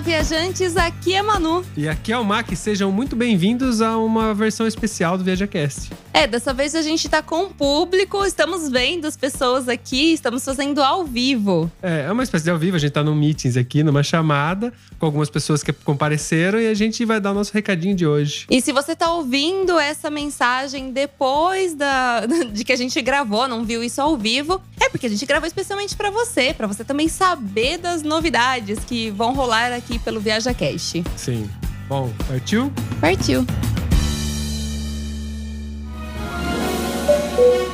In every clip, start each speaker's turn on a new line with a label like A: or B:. A: viajantes, aqui é Manu.
B: E aqui é o Mac, sejam muito bem-vindos a uma versão especial do ViajaCast.
A: É, dessa vez a gente tá com o público, estamos vendo as pessoas aqui, estamos fazendo ao vivo.
B: É, é uma espécie de ao vivo, a gente tá num meetings aqui, numa chamada, com algumas pessoas que compareceram e a gente vai dar o nosso recadinho de hoje.
A: E se você tá ouvindo essa mensagem depois da, de que a gente gravou, não viu isso ao vivo, é porque a gente gravou especialmente para você, para você também saber das novidades que vão rolar aqui pelo Viaja Cash.
B: Sim. Bom, partiu?
A: Partiu.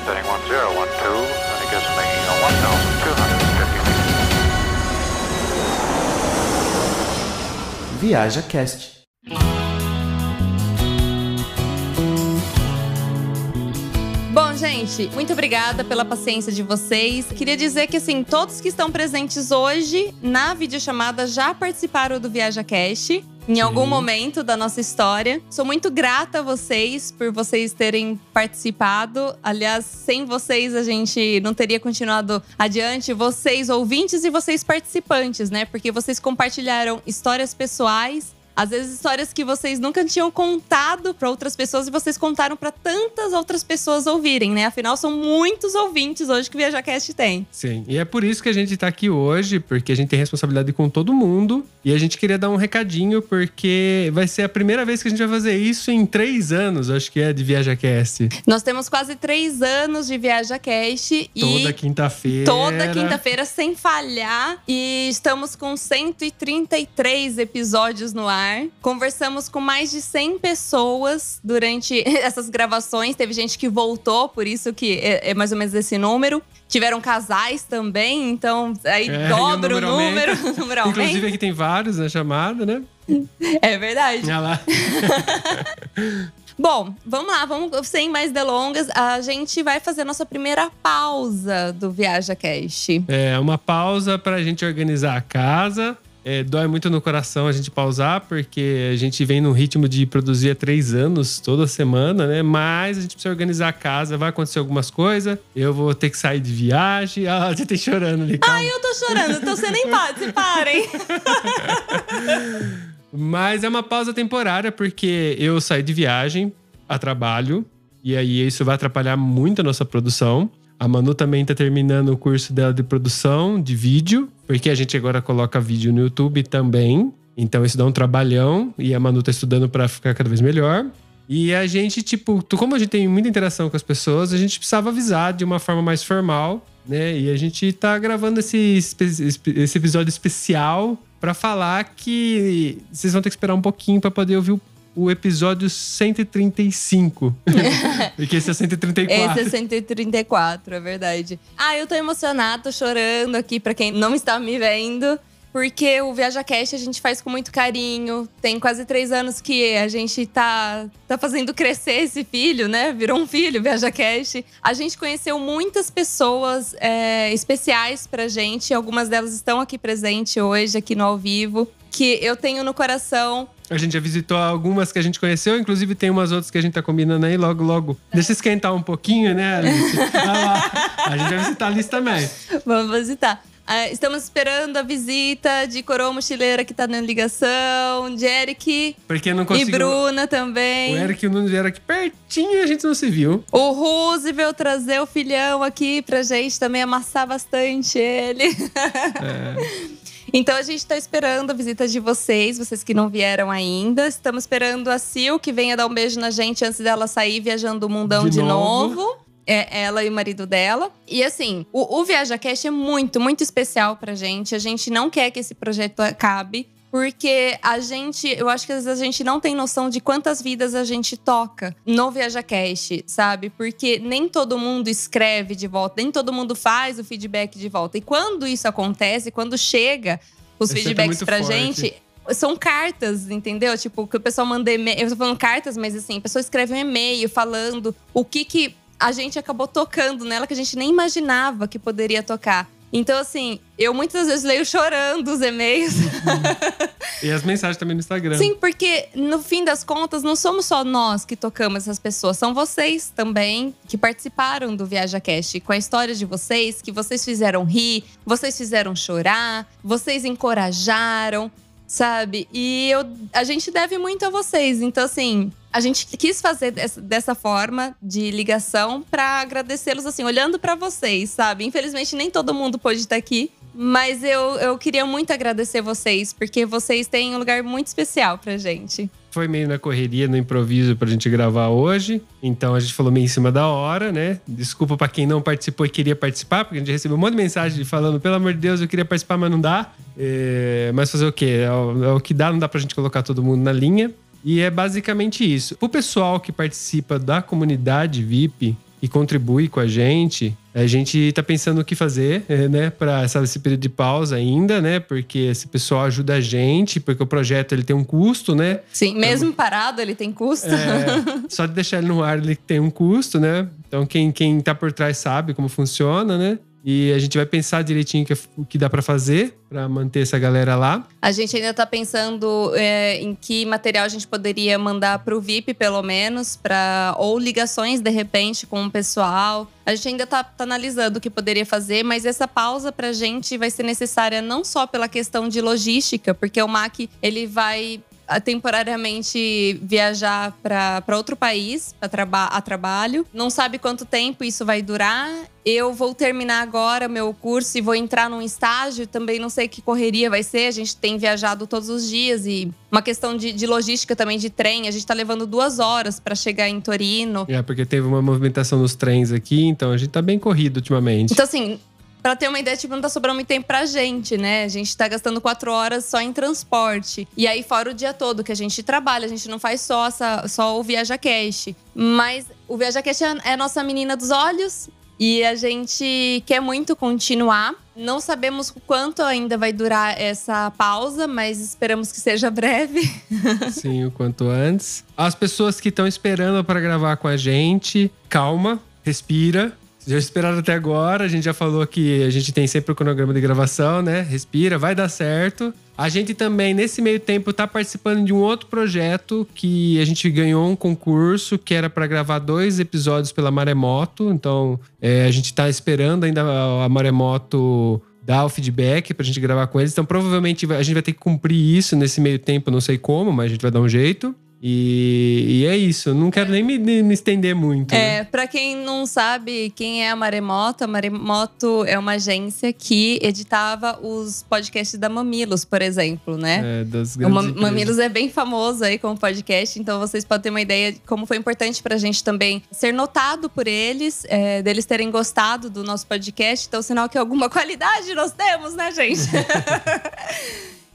C: Setting 1012, and it gives me uh, 1,250 feet.
D: Viaja Cast.
A: Bom, gente, muito obrigada pela paciência de vocês. Queria dizer que, assim, todos que estão presentes hoje na videochamada já participaram do Viaja Cash. Em algum momento da nossa história. Sou muito grata a vocês por vocês terem participado. Aliás, sem vocês a gente não teria continuado adiante. Vocês, ouvintes e vocês, participantes, né? Porque vocês compartilharam histórias pessoais às vezes histórias que vocês nunca tinham contado para outras pessoas e vocês contaram para tantas outras pessoas ouvirem, né? Afinal, são muitos ouvintes hoje que o ViajaCast tem.
B: Sim. E é por isso que a gente tá aqui hoje, porque a gente tem responsabilidade com todo mundo. E a gente queria dar um recadinho, porque vai ser a primeira vez que a gente vai fazer isso em três anos, acho que é, de ViajaCast.
A: Nós temos quase três anos de ViajaCast e
B: Toda quinta-feira.
A: toda quinta-feira, sem falhar. E estamos com 133 episódios no ar. Conversamos com mais de 100 pessoas durante essas gravações. Teve gente que voltou, por isso que é, é mais ou menos esse número. Tiveram casais também, então aí
B: É, e o
A: dobra o
B: número
A: número.
B: aumenta.
A: o número
B: Inclusive,
A: aumenta.
B: aqui tem vários na chamada, né?
A: É verdade.
B: Olha lá.
A: Bom, vamos lá, vamos sem mais delongas. A gente vai fazer a nossa primeira pausa do Viaja Cast.
B: É uma pausa pra gente organizar a casa. É, dói muito no coração a gente pausar, porque a gente vem num ritmo de produzir há três anos, toda semana, né? Mas a gente precisa organizar a casa, vai acontecer algumas coisas. Eu vou ter que sair de viagem. Ah, você tem chorando ali, calma.
A: Ai, eu tô chorando, então você nem pode, se parem.
B: Mas é uma pausa temporária, porque eu saí de viagem a trabalho, e aí isso vai atrapalhar muito a nossa produção. A Manu também tá terminando o curso dela de produção de vídeo, porque a gente agora coloca vídeo no YouTube também. Então isso dá um trabalhão, e a Manu tá estudando para ficar cada vez melhor. E a gente, tipo, tu- como a gente tem muita interação com as pessoas, a gente precisava avisar de uma forma mais formal, né? E a gente tá gravando esse, espe- espe- esse episódio especial pra falar que vocês vão ter que esperar um pouquinho pra poder ouvir o, o episódio 135. Porque esse é o 134.
A: Esse é 134, é verdade. Ah, eu tô emocionada, tô chorando aqui pra quem não está me vendo. Porque o Viaja Cast a gente faz com muito carinho. Tem quase três anos que a gente tá, tá fazendo crescer esse filho, né? Virou um filho, o Viaja Cast. A gente conheceu muitas pessoas é, especiais pra gente. Algumas delas estão aqui presentes hoje, aqui no ao vivo. Que eu tenho no coração.
B: A gente já visitou algumas que a gente conheceu, inclusive tem umas outras que a gente tá combinando aí logo, logo. Deixa esquentar um pouquinho, né, Alice? Vai lá. A gente vai visitar a lista também.
A: Vamos visitar. Ah, estamos esperando a visita de Coroa Mochileira, que tá na ligação, de Eric
B: Porque não
A: e
B: conseguiu.
A: Bruna
B: O
A: também.
B: Eric e o Nunes vieram aqui pertinho e a gente não se viu.
A: O Roosevelt trazer o filhão aqui pra gente também amassar bastante ele.
B: É.
A: Então a gente tá esperando a visita de vocês, vocês que não vieram ainda. Estamos esperando a Sil que venha dar um beijo na gente antes dela sair viajando o mundão
B: De
A: de,
B: novo.
A: novo. É ela e o marido dela. E assim, o, o Viaja Cash é muito, muito especial pra gente. A gente não quer que esse projeto acabe. Porque a gente, eu acho que às vezes a gente não tem noção de quantas vidas a gente toca no Viaja Cash, sabe? Porque nem todo mundo escreve de volta, nem todo mundo faz o feedback de volta. E quando isso acontece, quando chega os
B: É sempre
A: feedbacks
B: muito
A: pra
B: forte.
A: gente, são cartas, entendeu? Tipo, que o pessoal manda e-mail. Eu tô falando cartas, mas assim, a pessoa escreve um e-mail falando o que que a gente acabou tocando nela que a gente nem imaginava que poderia tocar. Então, assim, eu muitas vezes leio chorando os e-mails.
B: E as mensagens também no Instagram.
A: Sim, porque no fim das contas, não somos só nós que tocamos essas pessoas, são vocês também que participaram do Viaja Cast com a história de vocês, que vocês fizeram rir, vocês fizeram chorar, vocês encorajaram. sabe? E eu, a gente deve muito a vocês. Então, assim, a gente quis fazer dessa, dessa forma de ligação pra agradecê-los, assim, olhando pra vocês, sabe? Infelizmente, nem todo mundo pôde estar aqui. Mas eu, eu queria muito agradecer vocês, porque vocês têm um lugar muito especial pra gente.
B: Foi meio na correria, no improviso pra gente gravar hoje. Então a gente falou meio em cima da hora, né? Desculpa pra quem não participou e queria participar, porque a gente recebeu um monte de mensagem falando: pelo amor de Deus, eu queria participar, mas não dá. É, mas fazer o quê? É o, é o que dá, não dá pra gente colocar todo mundo na linha. E é basicamente isso. O pessoal que participa da comunidade VIP e contribui com a gente, a gente tá pensando o que fazer, eh, né, para esse período de pausa ainda, né? Porque esse pessoal ajuda a gente, porque o projeto ele tem um custo, né?
A: Sim, mesmo parado, ele tem custo.
B: É, só de deixar ele no ar, ele tem um custo, né? Então, quem, quem tá por trás sabe como funciona, né? E a gente vai pensar direitinho o que, o que dá pra fazer pra manter essa galera lá.
A: A gente ainda tá pensando é, em que material a gente poderia mandar pro VIP, pelo menos, pra, ou ligações de repente com o pessoal. A gente ainda tá, tá analisando o que poderia fazer, mas essa pausa pra gente vai ser necessária não só pela questão de logística, porque o MAC ele vai ah, temporariamente viajar pra pra outro país pra traba a trabalho. Não sabe quanto tempo isso vai durar. Eu vou terminar agora meu curso e vou entrar num estágio. Também não sei que correria vai ser. A gente tem viajado todos os dias e uma questão de, de logística também de trem. A gente tá levando duas horas pra chegar em Torino.
B: É, porque teve uma movimentação nos trens aqui, então a gente tá bem corrido ultimamente.
A: Então, assim, pra ter uma ideia, tipo, não tá sobrando muito tempo pra gente, né? A gente tá gastando quatro horas só em transporte. E aí, fora o dia todo que a gente trabalha, a gente não faz só, essa- só o Viaja Cash. Mas o Viaja Cash é- é a nossa menina dos olhos. E a gente quer muito continuar. Não sabemos o quanto ainda vai durar essa pausa, mas esperamos que seja breve.
B: Sim, o quanto antes. As pessoas que estão esperando para gravar com a gente, calma, respira. Vocês Já esperaram até agora, a gente já falou que a gente tem sempre o cronograma de gravação, né? Respira, vai dar certo. A gente também, nesse meio tempo, tá participando de um outro projeto que a gente ganhou um concurso que era para gravar dois episódios pela Maremoto. Então, é, a gente tá esperando ainda a a Maremoto dar o feedback pra gente gravar com eles. Então, provavelmente vai- a gente vai ter que cumprir isso nesse meio tempo, não sei como, mas a gente vai dar um jeito. E, e é isso. Não quero nem me, me- me estender muito. né?
A: É, pra quem não sabe quem é a Maremoto, a Maremoto é uma agência que editava os podcasts da Mamilos, por exemplo, né?
B: É, das
A: O
B: grandes
A: Ma-
B: empresas.
A: Mamilos é bem famoso aí como podcast, então vocês podem ter uma ideia de como foi importante pra gente também ser notado por eles, é, deles terem gostado do nosso podcast. Então, sinal que alguma qualidade nós temos, né, gente?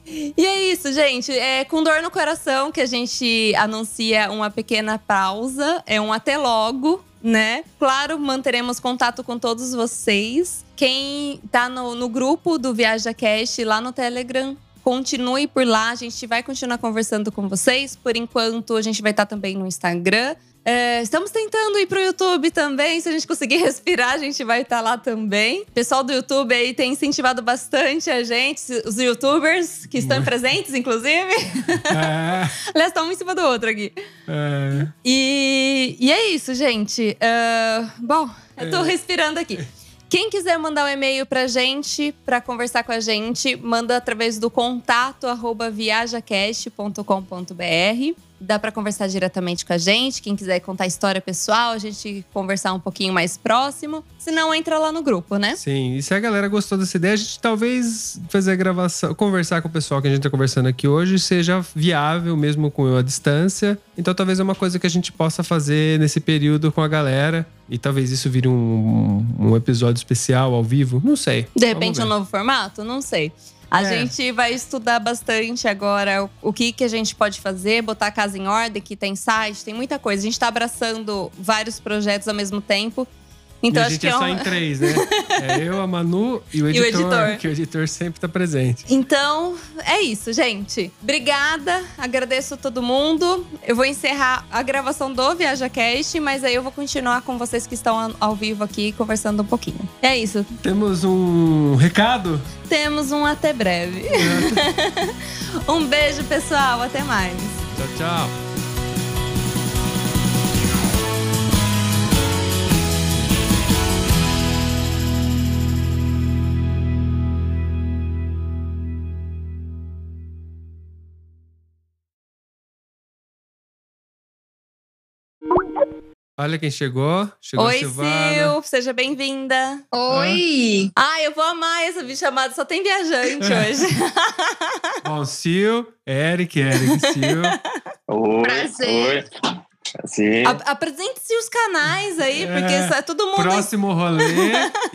A: E é isso, gente. É com dor no coração que a gente anuncia uma pequena pausa, é um até logo, né? Claro, manteremos contato com todos vocês. Quem tá no, no grupo do Viaja Cash lá no Telegram, continue por lá. A gente vai continuar conversando com vocês. Por enquanto, a gente vai estar também no Instagram. É, estamos tentando ir pro YouTube também. Se a gente conseguir respirar, a gente vai estar lá também. O pessoal do YouTube aí tem incentivado bastante a gente, os youtubers que estão presentes, inclusive.
B: É,
A: Aliás, estão um em cima do outro aqui.
B: é.
A: E, e é isso, gente. Ah, bom, eu tô respirando aqui. Quem quiser mandar um e-mail pra gente, pra conversar com a gente, manda através do contato arroba viajacast.com.br. Dá pra conversar diretamente com a gente. Quem quiser contar história pessoal, a gente conversar um pouquinho mais próximo. Se não, entra lá no grupo, né?
B: Sim, e se a galera gostou dessa ideia, a gente talvez fazer a gravação, conversar com o pessoal que a gente tá conversando aqui hoje seja viável mesmo com eu à distância. Então talvez é uma coisa que a gente possa fazer nesse período com a galera. E talvez isso vire um, um episódio especial ao vivo. Não sei.
A: De repente um
B: Vamos ver.
A: novo formato? Não sei. A
B: É.
A: gente vai estudar bastante agora o- o que, que a gente pode fazer, botar a casa em ordem, que tem site, tem muita coisa. A gente tá abraçando vários projetos ao mesmo tempo. Então
B: e a
A: acho
B: gente
A: que
B: é
A: é
B: só
A: um-
B: em três, né? É eu, a Manu e o
A: E o
B: editor,
A: editor.
B: que o editor sempre tá presente.
A: Então, é isso, gente. Obrigada, agradeço a todo mundo. Eu vou encerrar a gravação do ViajaCast, mas aí eu vou continuar com vocês que estão ao- ao vivo aqui conversando um pouquinho. É isso.
B: Temos um recado?
A: Temos um até breve. um beijo, pessoal. Até mais.
B: Tchau, tchau. Olha quem chegou. Chegou
A: Oi,
B: a Silvana.
A: Sil, seja bem-vinda. Ah.
D: Oi!
A: Ai, eu vou amar essa videochamada, só tem viajante hoje.
B: Bom, Sil, Eric, Eric, Sil.
E: Oi,
D: Prazer.
E: Oi. Prazer.
A: A- Apresente-se os canais aí,
B: É.
A: porque isso é todo mundo.
B: Próximo rolê,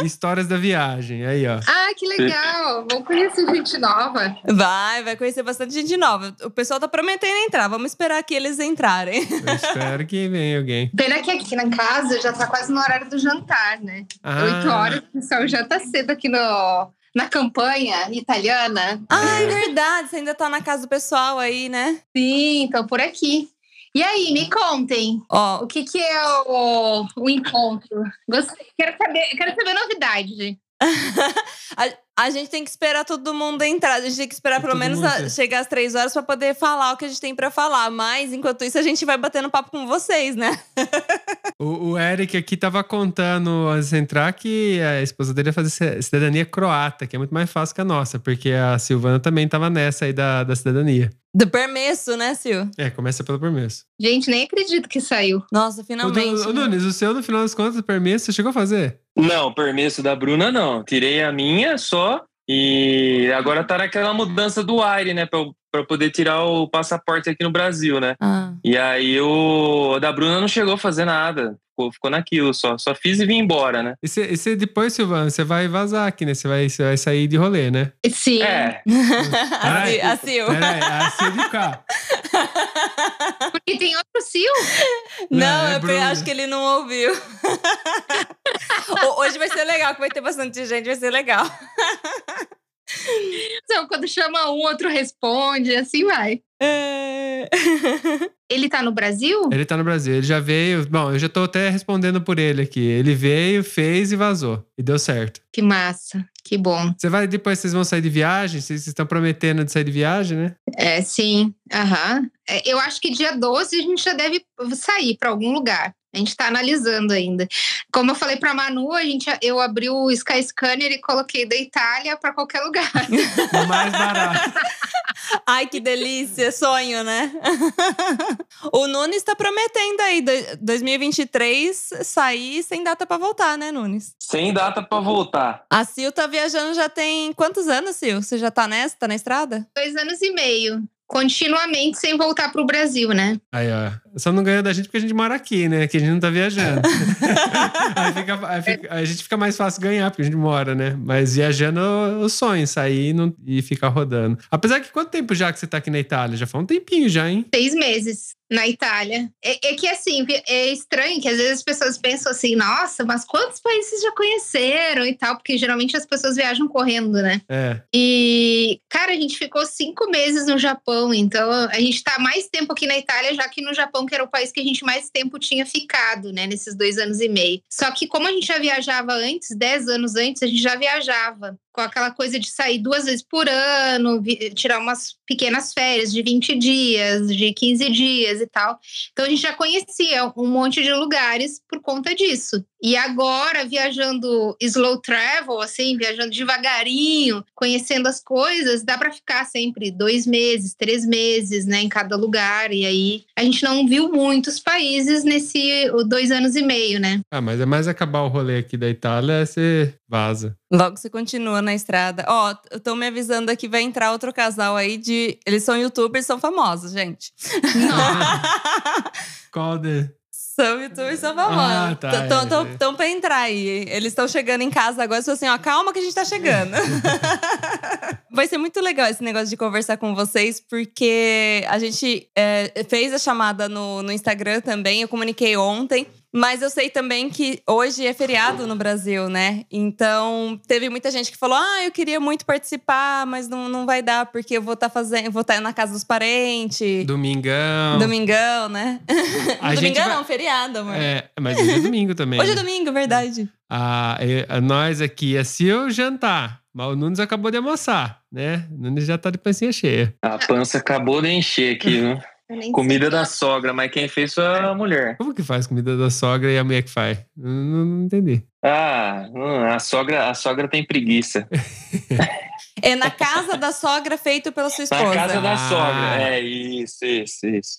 B: histórias da viagem. Aí, ó.
D: Ah, que legal! Vamos conhecer gente nova.
A: Vai, vai conhecer bastante gente nova. O pessoal tá prometendo entrar, vamos esperar que eles entrarem.
B: Eu espero que venha alguém.
D: Pena que aqui na casa já tá quase no horário do jantar, né?
B: Ah,
D: Oito horas, o pessoal já tá cedo aqui no, na campanha italiana.
A: Ah, é verdade, você ainda tá na casa do pessoal aí, né?
D: Sim, tô por aqui. E aí, me contem,
A: Ó,
D: o que que é o, o encontro? Gostei, quero saber, quero saber novidade.
A: a, a gente tem que esperar todo mundo entrar. A gente tem que esperar pelo
B: Todo
A: menos
B: mundo
A: a-
B: entrar.
A: chegar às três horas pra poder falar o que a gente tem pra falar. Mas, enquanto isso, a gente vai batendo papo com vocês, né?
B: o, o Eric aqui tava contando antes de entrar que a esposa dele ia fazer ci- cidadania croata, que é muito mais fácil que a nossa, porque a Silvana também tava nessa aí da, da cidadania.
A: Do permesso, né, Sil?
B: É, começa pelo permesso.
D: Gente, nem acredito que saiu.
A: Nossa,
B: O,
A: finalmente.
B: Du- o
A: né?
B: Nunes, o seu, no final das contas, o permesso, você chegou a fazer?
E: Não, permesso da Bruna não. Tirei a minha só e agora tá naquela mudança do aire, né? Pra, eu- pra eu poder tirar o passaporte aqui no Brasil, né?
A: Ah.
E: E aí o a da Bruna não chegou a fazer nada. Ficou, ficou naquilo só. Só fiz e vim embora, né?
B: E você- e você depois, Silvana, você vai vazar aqui, né? Você vai, você vai sair de rolê, né?
D: Sim.
E: É,
A: a,
B: Ai.
A: Sil, a Sil.
B: Peraí, a Sil de cá.
D: Porque tem outro Sil.
A: Não,
B: Não, é
A: eu pe-
B: Bruna.
A: acho que ele não ouviu. Ho- Hoje vai ser legal, que vai ter bastante gente, vai ser legal.
D: Então, quando chama um, outro responde, assim vai.
A: É.
D: Ele tá no Brasil?
B: Ele tá no Brasil, ele já veio. Bom, eu já tô até respondendo por ele aqui. Ele veio, fez e vazou. E deu certo.
D: Que massa, que bom.
B: Você vai, depois vocês vão sair de viagem? Vocês vocês estão prometendo de sair de viagem, né?
D: É, sim. Aham. É, Eu acho que dia 12 a gente já deve sair para algum lugar. A gente tá analisando ainda. Como eu falei pra Manu, a gente, eu abri o Sky Scanner e coloquei da Itália para qualquer lugar.
B: O mais barato.
A: Ai, que delícia, sonho, né? o Nunes tá prometendo aí, do- 2023, sair sem data pra voltar, né, Nunes?
E: sem data pra voltar.
A: A Sil tá viajando já tem quantos anos, Sil? Você já tá nessa? Tá na estrada?
D: Dois anos e meio. Continuamente sem voltar pro Brasil, né?
B: Aí, ó. Só não ganha da gente porque a gente mora aqui, né? Que a gente não tá viajando. aí fica, aí fica- a gente fica mais fácil ganhar, porque a gente mora, né? Mas viajando é o sonho, sair e, não- e ficar rodando. Apesar que quanto tempo já que você tá aqui na Itália? Já faz um tempinho já, hein?
D: Seis meses na Itália. É, é que assim, vi- é estranho que às vezes as pessoas pensam assim, nossa, mas quantos países já conheceram e tal? Porque geralmente as pessoas viajam correndo, né?
B: É.
D: E, cara, a gente ficou cinco meses no Japão, então a gente tá mais tempo aqui na Itália, já que no Japão, que era o país que a gente mais tempo tinha ficado, né, nesses dois anos e meio. Só que, como a gente já viajava antes, dez anos antes, a gente já viajava com aquela coisa de sair duas vezes por ano, vi- tirar umas pequenas férias de 20 dias, de 15 dias e tal. Então a gente já conhecia um monte de lugares por conta disso. E agora, viajando slow travel, assim, viajando devagarinho, conhecendo as coisas, dá para ficar sempre dois meses, três meses, né, em cada lugar. E aí a gente não viu muitos países nesse o dois anos e meio, né?
B: Ah, mas é mais acabar o rolê aqui da Itália, você vaza.
A: Logo você continua na estrada. Ó, estão me avisando aqui, vai entrar outro casal aí de. Eles são youtubers, são famosos, gente.
B: Qual de...
A: São youtubers, são famosos.
B: Ah, tá,
A: Estão
B: é, é.
A: pra entrar aí. hein? Eles estão chegando em casa agora. Você assim, ó, calma que a gente tá chegando. Vai ser muito legal esse negócio de conversar com vocês, porque a gente é, fez a chamada no, no Instagram também, eu comuniquei ontem. Mas eu sei também que hoje é feriado no Brasil, né? Então, teve muita gente que falou: ah, eu queria muito participar, mas não, não vai dar, porque eu vou estar fazendo, vou estar na casa dos parentes.
B: Domingão.
A: Domingão, né?
B: A gente
A: Domingão
B: vai-
A: não, feriado, amor.
B: É, mas hoje é domingo também.
A: Hoje é
B: né?
A: domingo, verdade.
B: Ah, é, a nós aqui, é se eu jantar, mas o Nunes acabou de almoçar, né? O Nunes já tá de pancinha cheia.
E: A pança acabou de encher aqui, viu?
D: Eu nem sei.
E: Comida da sogra, mas quem fez foi a mulher.
B: Como que faz comida da sogra e a mulher que faz? Não, não- não entendi.
E: Ah, hum, a sogra, a sogra tem preguiça.
A: É na casa da sogra feito pela sua
E: Na
A: esposa.
E: casa da
B: Ah.
E: sogra. É isso, isso, isso.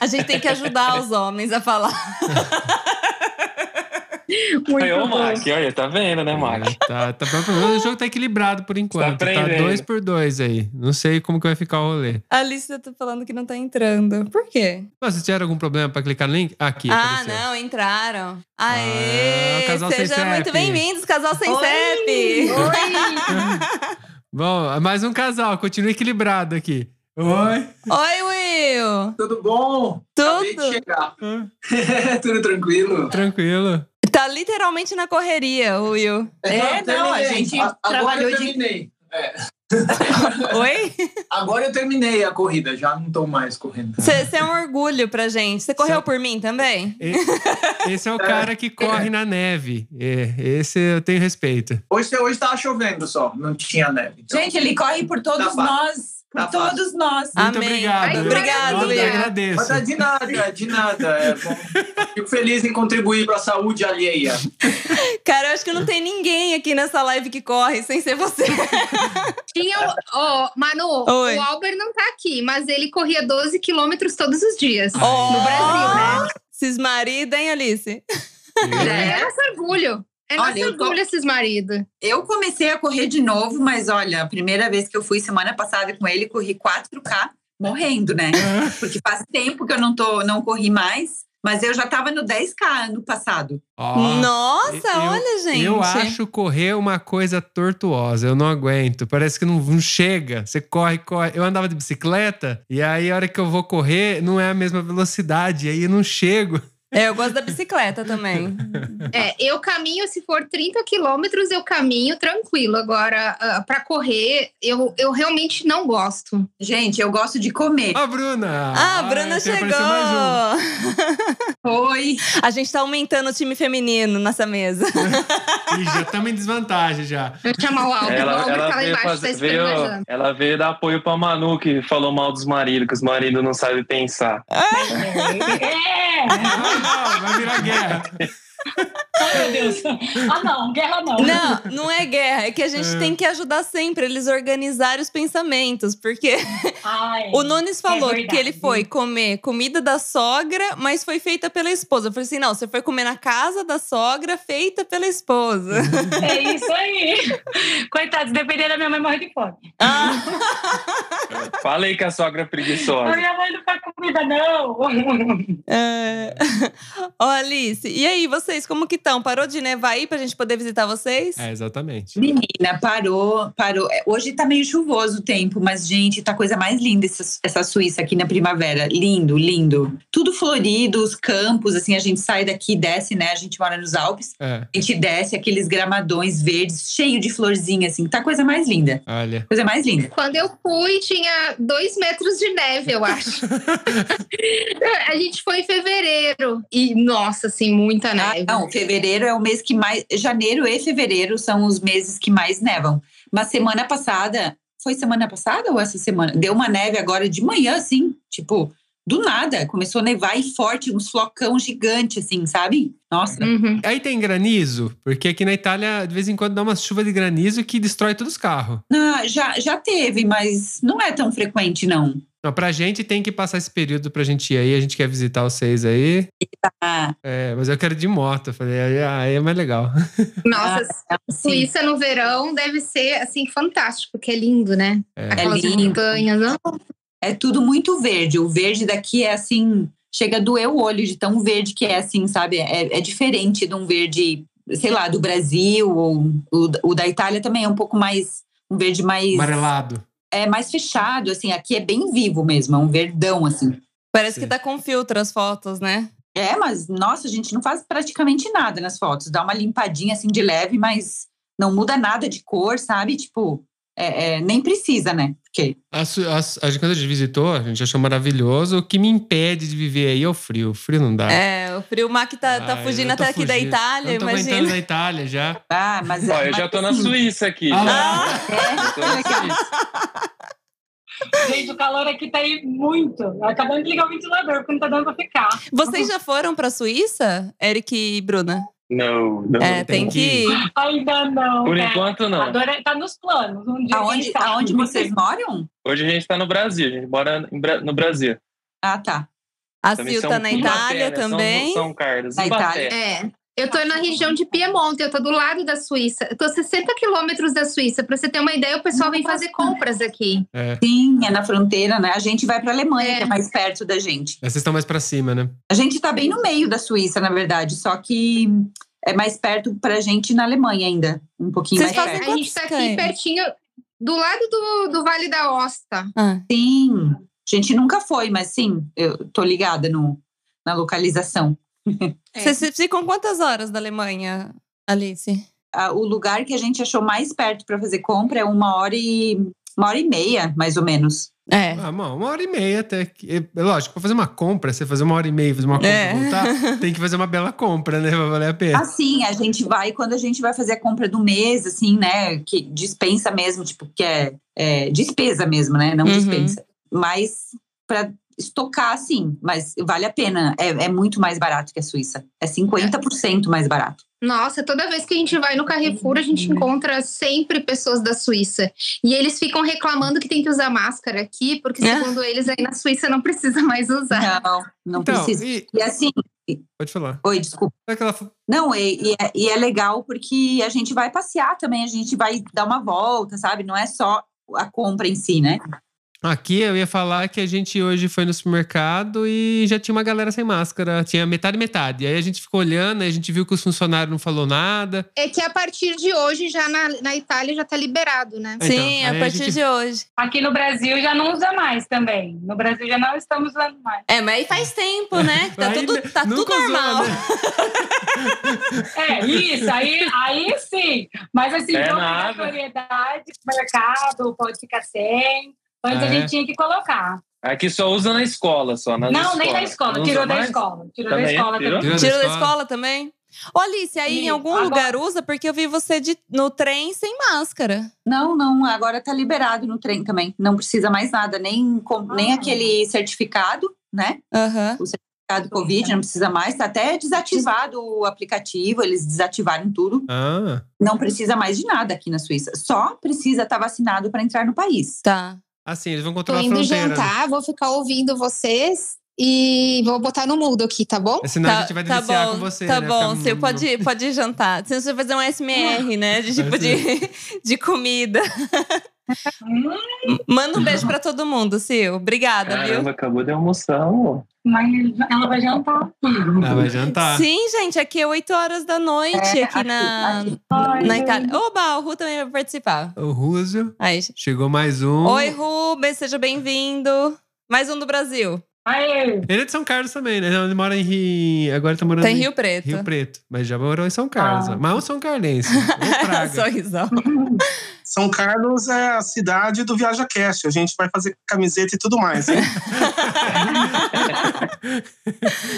A: A gente tem que ajudar os homens a falar.
D: Muito
E: Aí, ô,
D: bom.
E: Mac, olha, tá vendo, né, Mac?
B: Tá, tá, pelo menos o jogo tá equilibrado por enquanto. Tá
E: aprendendo.
B: dois por dois aí. Não sei como que vai ficar o rolê.
A: A Alicia tá falando que não tá entrando. Por quê?
B: Mas se tiver algum problema pra clicar no link, aqui.
A: ah,
B: apareceu.
A: não, entraram. Aê!
B: Ah, casal sem
A: Sejam
B: CEP.
A: muito bem-vindos, casal sem
D: Oi!
A: CEP!
D: Oi!
B: Bom, mais um casal, continua equilibrado aqui. Oi.
A: Oi, Will!
F: Tudo bom? Acabei de
A: Tudo?
F: chegar. Tudo tranquilo?
B: Tranquilo.
A: Tá literalmente na correria, o Will.
G: É,
F: Então, Eu
G: não, a
F: terminei.
G: gente
F: agora
G: trabalhou
F: eu
G: de-
F: terminei.
A: Oi?
F: Agora eu terminei a corrida, já não tô mais correndo.
A: Você é um orgulho pra gente. Você
B: é
A: correu por mim também?
B: E- Esse é o cara que corre na neve. É, esse eu tenho respeito.
F: Hoje, hoje tava chovendo só, não tinha neve. então.
G: Gente, ele corre por todos
F: Tá fácil.
G: nós. Por
F: Tá fácil.
G: todos nós.
A: Amém.
B: Muito obrigado.
A: Ai,
B: viu?
A: obrigado,
B: Eu te
A: Will.
B: agradeço.
F: Mas é de nada, de nada. é bom. Fico feliz em contribuir para a saúde alheia.
A: Cara, eu acho que não tem ninguém aqui nessa live que corre sem ser você.
D: Tinha o. ó, Manu,
A: Oi.
D: o Albert não tá aqui, mas ele corria 12 quilômetros todos os dias.
A: Ó.
D: No Brasil, né?
A: Cismarida, hein, Alice?
D: É nosso orgulho. É nosso
G: Olha, eu tô-
D: orgulho esses maridos.
G: Eu comecei a correr de novo, mas olha, a primeira vez que eu fui semana passada com ele, corri 4K morrendo, né? Porque faz tempo que eu não, tô, não corri mais, mas eu já tava no 10K ano passado.
B: Ó,
A: Nossa,
B: eu-
A: olha, gente.
B: Eu acho correr uma coisa tortuosa. Eu não aguento. Parece que não, não chega. Você corre, corre. Eu andava de bicicleta e aí a hora que eu vou correr não é a mesma velocidade. Aí eu não chego.
A: É, eu gosto da bicicleta também.
D: É, eu caminho, se for 30 quilômetros, eu caminho tranquilo. Agora, ah, pra correr, eu, eu realmente não gosto.
G: Gente, eu gosto de comer.
B: Ó, Bruna!
A: Ah, a
B: Ai,
A: Bruna
B: tem- apareceu mais um.
A: chegou!
G: Oi.
A: A gente tá aumentando o time feminino nessa mesa.
B: um. Ih, já estamos em desvantagem já.
D: Eu vou chamar o Albert, o
E: Ela,
D: Albert
E: ela
D: tá lá
E: veio,
D: embaixo,
E: fazer-
D: tá
E: veio-
D: esperando. a janta.
E: ela veio dar apoio pra Manu, que falou mal dos maridos, que os maridos não sabem pensar.
B: Não, não, vai virar guerra.
H: É! Ai, meu Deus. Ah, não, guerra não.
A: Não, não é guerra. É que a gente
B: É.
A: tem que ajudar sempre eles organizarem os pensamentos. Porque
B: É,
H: Ai.
A: o Nunes falou que
H: verdade.
A: ele foi comer comida da sogra, mas foi feita pela esposa. Eu falei assim: não, você foi comer na casa da sogra, feita pela esposa.
H: É isso aí. Coitado, se depender da minha mãe, morre de fome.
A: Ah,
E: Falei que a sogra é
H: A
E: preguiçosa.
H: minha mãe não faz comida, não.
A: é. Ó, Alice, e aí, vocês, como que estão? Parou de nevar aí pra gente poder visitar vocês?
B: É, exatamente.
G: Menina, parou, parou. É, Hoje tá meio chuvoso o tempo, mas, gente, tá a coisa mais linda essa, essa Suíça aqui na primavera. Lindo, lindo. Tudo florido, os campos, assim, a gente sai daqui, desce, né? A gente mora nos Alpes,
B: É,
G: a gente desce aqueles gramadões verdes, cheio de florzinha, assim. Tá a coisa mais linda.
B: olha.
G: Coisa mais linda.
D: Quando eu fui, tinha dois metros de neve, eu acho. a gente foi em fevereiro. E, nossa, assim, muita neve.
G: Ah, Não, fevereiro é o mês que mais. Janeiro e fevereiro são os meses que mais nevam. Mas semana passada, foi semana passada ou essa semana? Deu uma neve agora de manhã, assim, tipo, do nada. Começou a nevar e forte, uns flocão gigante, assim, sabe? Nossa.
D: Uhum.
B: Aí tem granizo, porque aqui na Itália, de vez em quando, dá uma chuva de granizo que destrói todos os carros.
G: Ah, já, já teve, mas não é tão frequente, não.
B: Não, pra gente tem que passar esse período pra gente ir aí. A gente quer visitar vocês aí.
G: Ah,
B: É, mas eu quero ir de moto. Eu Falei, aí, aí é mais legal.
D: Nossa,
G: assim,
D: Suíça no verão deve ser, assim, fantástico, porque é lindo, né?
B: É.
D: Aquelas
G: É lindo.
D: montanhas. não?
G: É tudo muito verde. O verde daqui é assim, chega a doer o olho de tão verde que é, assim, sabe? É, é diferente de um verde, sei lá, do Brasil ou o, o da Itália também é um pouco mais um verde mais
B: Amarelado.
G: é mais fechado, assim. Aqui é bem vivo mesmo, é um verdão assim.
A: Parece
B: Sim.
A: que tá com filtro as fotos, né?
G: É, mas nossa, a gente não faz praticamente nada nas fotos. Dá uma limpadinha assim de leve, mas não muda nada de cor, sabe? Tipo, é- é, nem precisa, né? Porque
B: A, Su- a Su- a gente, quando a gente visitou, a gente achou maravilhoso. O que me impede de viver aí é o frio. O frio não dá.
A: É, o Frio Mac tá, tá
B: Ai,
A: fugindo
B: Ah, eu tô
A: até aqui da
B: fugindo.
A: Itália,
B: eu não tô aguentando
A: imagina.
B: da Itália já.
G: ah, mas
E: Ó, eu
G: mas,
E: já tô na
G: assim,
E: Suíça aqui.
B: Ah,
E: já.
B: lá.
E: Eu tô na Suíça.
H: Gente, o calor aqui tá
G: né?
H: aí muito. Acabando de ligar o ventilador, porque não tá dando pra ficar.
A: Vocês já foram pra Suíça, Eric e Bruna?
E: Não, não.
A: É, tem que.
H: Ainda não.
E: Por
H: cara.
E: enquanto, não.
H: Agora tá nos planos. Um dia
G: Aonde,
H: quem sabe.
G: aonde vocês moram?
E: Hoje a gente tá no Brasil, a gente mora em Bra- no Brasil.
G: Ah, tá.
A: A
E: Também
A: Sil
E: São-
A: tá na
E: Ibaté,
A: Itália
E: né? São-
A: também.
E: São Carlos,
G: Na
E: Ibaté.
D: É. Eu tô na região de Piemonte, eu tô do lado da Suíça. Eu tô 60 quilômetros da Suíça. Pra você ter uma ideia, o pessoal vem fazer compras aqui.
B: É.
G: Sim, é na fronteira, né? A gente vai pra Alemanha,
D: É.
G: que é mais perto da gente.
B: Vocês estão mais pra cima, né?
G: A gente tá bem no meio da Suíça, na verdade, só que é mais perto pra gente na Alemanha ainda. Um pouquinho
A: Vocês
G: mais
A: fazem
G: perto.
D: A gente tá
A: Quantos
D: aqui
A: km?
D: pertinho, do lado do, do Vale da Osta.
A: Ah,
G: Sim. A gente nunca foi, mas sim, eu tô ligada no, na localização.
D: É.
A: Vocês ficam quantas horas da Alemanha, Alice?
G: Ah, o lugar que a gente achou mais perto pra fazer compra é uma hora e uma hora e meia, mais ou menos.
A: É.
B: Ah, mano, uma hora e meia até que. é Lógico, pra fazer uma compra, você fazer uma hora e meia, fazer uma compra
A: É.
B: e voltar, tem que fazer uma bela compra, né? Vai valer a pena.
G: Assim, a gente vai quando a gente vai fazer a compra do mês, assim, né? Que dispensa mesmo, tipo, que é, é despesa mesmo, né? Não
A: Uhum.
G: dispensa. Mas pra estocar, sim, mas vale a pena. É, é muito mais barato que a Suíça. É 50% mais barato.
D: Nossa, toda vez que a gente vai no Carrefour, a gente encontra sempre pessoas da Suíça. E eles ficam reclamando que tem que usar máscara aqui, porque
A: Ah.
D: segundo eles, aí na Suíça não precisa mais usar.
G: Não, não
B: então,
G: precisa.
B: e-
G: E assim,
B: pode falar.
G: oi, desculpa.
B: Aquela
G: Não, e, e é, e é legal porque a gente vai passear também, a gente vai dar uma volta, sabe? Não é só a compra em si, né?
B: Aqui eu ia falar que a gente hoje foi no supermercado e já tinha uma galera sem máscara. Tinha metade e metade. Aí a gente ficou olhando, aí a gente viu que os funcionários não falou nada.
D: É que a partir de hoje, já na, na Itália, já tá liberado, né?
B: Então,
A: Sim,
B: aí
A: a
B: a
A: partir
B: gente-
A: de hoje.
H: Aqui no Brasil já não usa mais também. No Brasil já não estamos usando mais.
A: É, mas aí faz tempo, né? Tá
B: Aí
A: tudo, tá
B: nunca
A: tudo
B: usou,
A: normal.
B: né?
H: É, isso, aí, aí sim. Mas assim,
E: É
H: é
E: nada.
H: obrigatoriedade, mercado, pode ficar sem. Antes a
B: É.
H: gente tinha que colocar.
E: Aqui só usa na escola, só. nas
H: não, nem na
E: escolas.
H: escola,
E: Não
H: tirou
E: usa
H: da
E: mais?
H: escola. Tirou da
E: Também,
G: tá
H: escola
E: tirou?
H: também.
A: Tirou da escola também? Ô, Alice, aí em
H: Sim,
A: algum
H: agora-
A: lugar usa? Porque eu vi você de- no trem sem máscara.
G: Não, não, agora tá liberado no trem também. Não precisa mais nada, nem, com- nem
H: Ah.
G: aquele certificado, né?
A: Aham.
G: Certificado Covid, não precisa mais. Tá até desativado o aplicativo, eles desativaram tudo.
B: Ah,
G: Não precisa mais de nada aqui na Suíça. Só precisa estar vacinado para entrar no país.
A: Tá.
B: assim, eles vão
D: Tô
B: controlar a
D: indo
B: fronteira. né?
D: jantar, vou ficar ouvindo vocês e vou botar no mudo aqui, tá bom?
B: Senão
A: tá,
B: É a gente vai
A: tá
B: deliciar
A: bom,
B: com você.
A: Tá
B: né?
A: bom,
B: Ficar-
A: você pode, pode ir jantar. Senão você vai fazer um SMR, né? De tipo de, de comida.
H: Hum,
A: Manda um beijo pra todo mundo, Sil. Obrigada,
E: Caramba, acabou de almoçar, amor.
H: mas ela vai jantar.
B: Ah, vai
A: viu?
B: jantar.
A: Sim, gente, aqui é 8 horas da
I: É,
A: noite, aqui, na,
G: É, aqui.
H: Ai,
A: na Itália. Oba, o Ru também vai participar.
B: O Rússio.
A: Aí,
B: Chegou mais um.
A: Oi, Rubens, seja bem-vindo. Mais um do Brasil.
H: Aê,
B: Ele é de São Carlos também, né? Ele mora em Rio. Agora tá morando
A: Tem
B: em
A: Rio Preto.
B: Rio Preto. Mas já morou em São Carlos.
H: Ah.
B: Mas é um São Carlense. Ou Praga.
A: Sorrisão.
I: São Carlos é a cidade do Viaja Cast. A gente vai fazer camiseta e tudo mais. hein?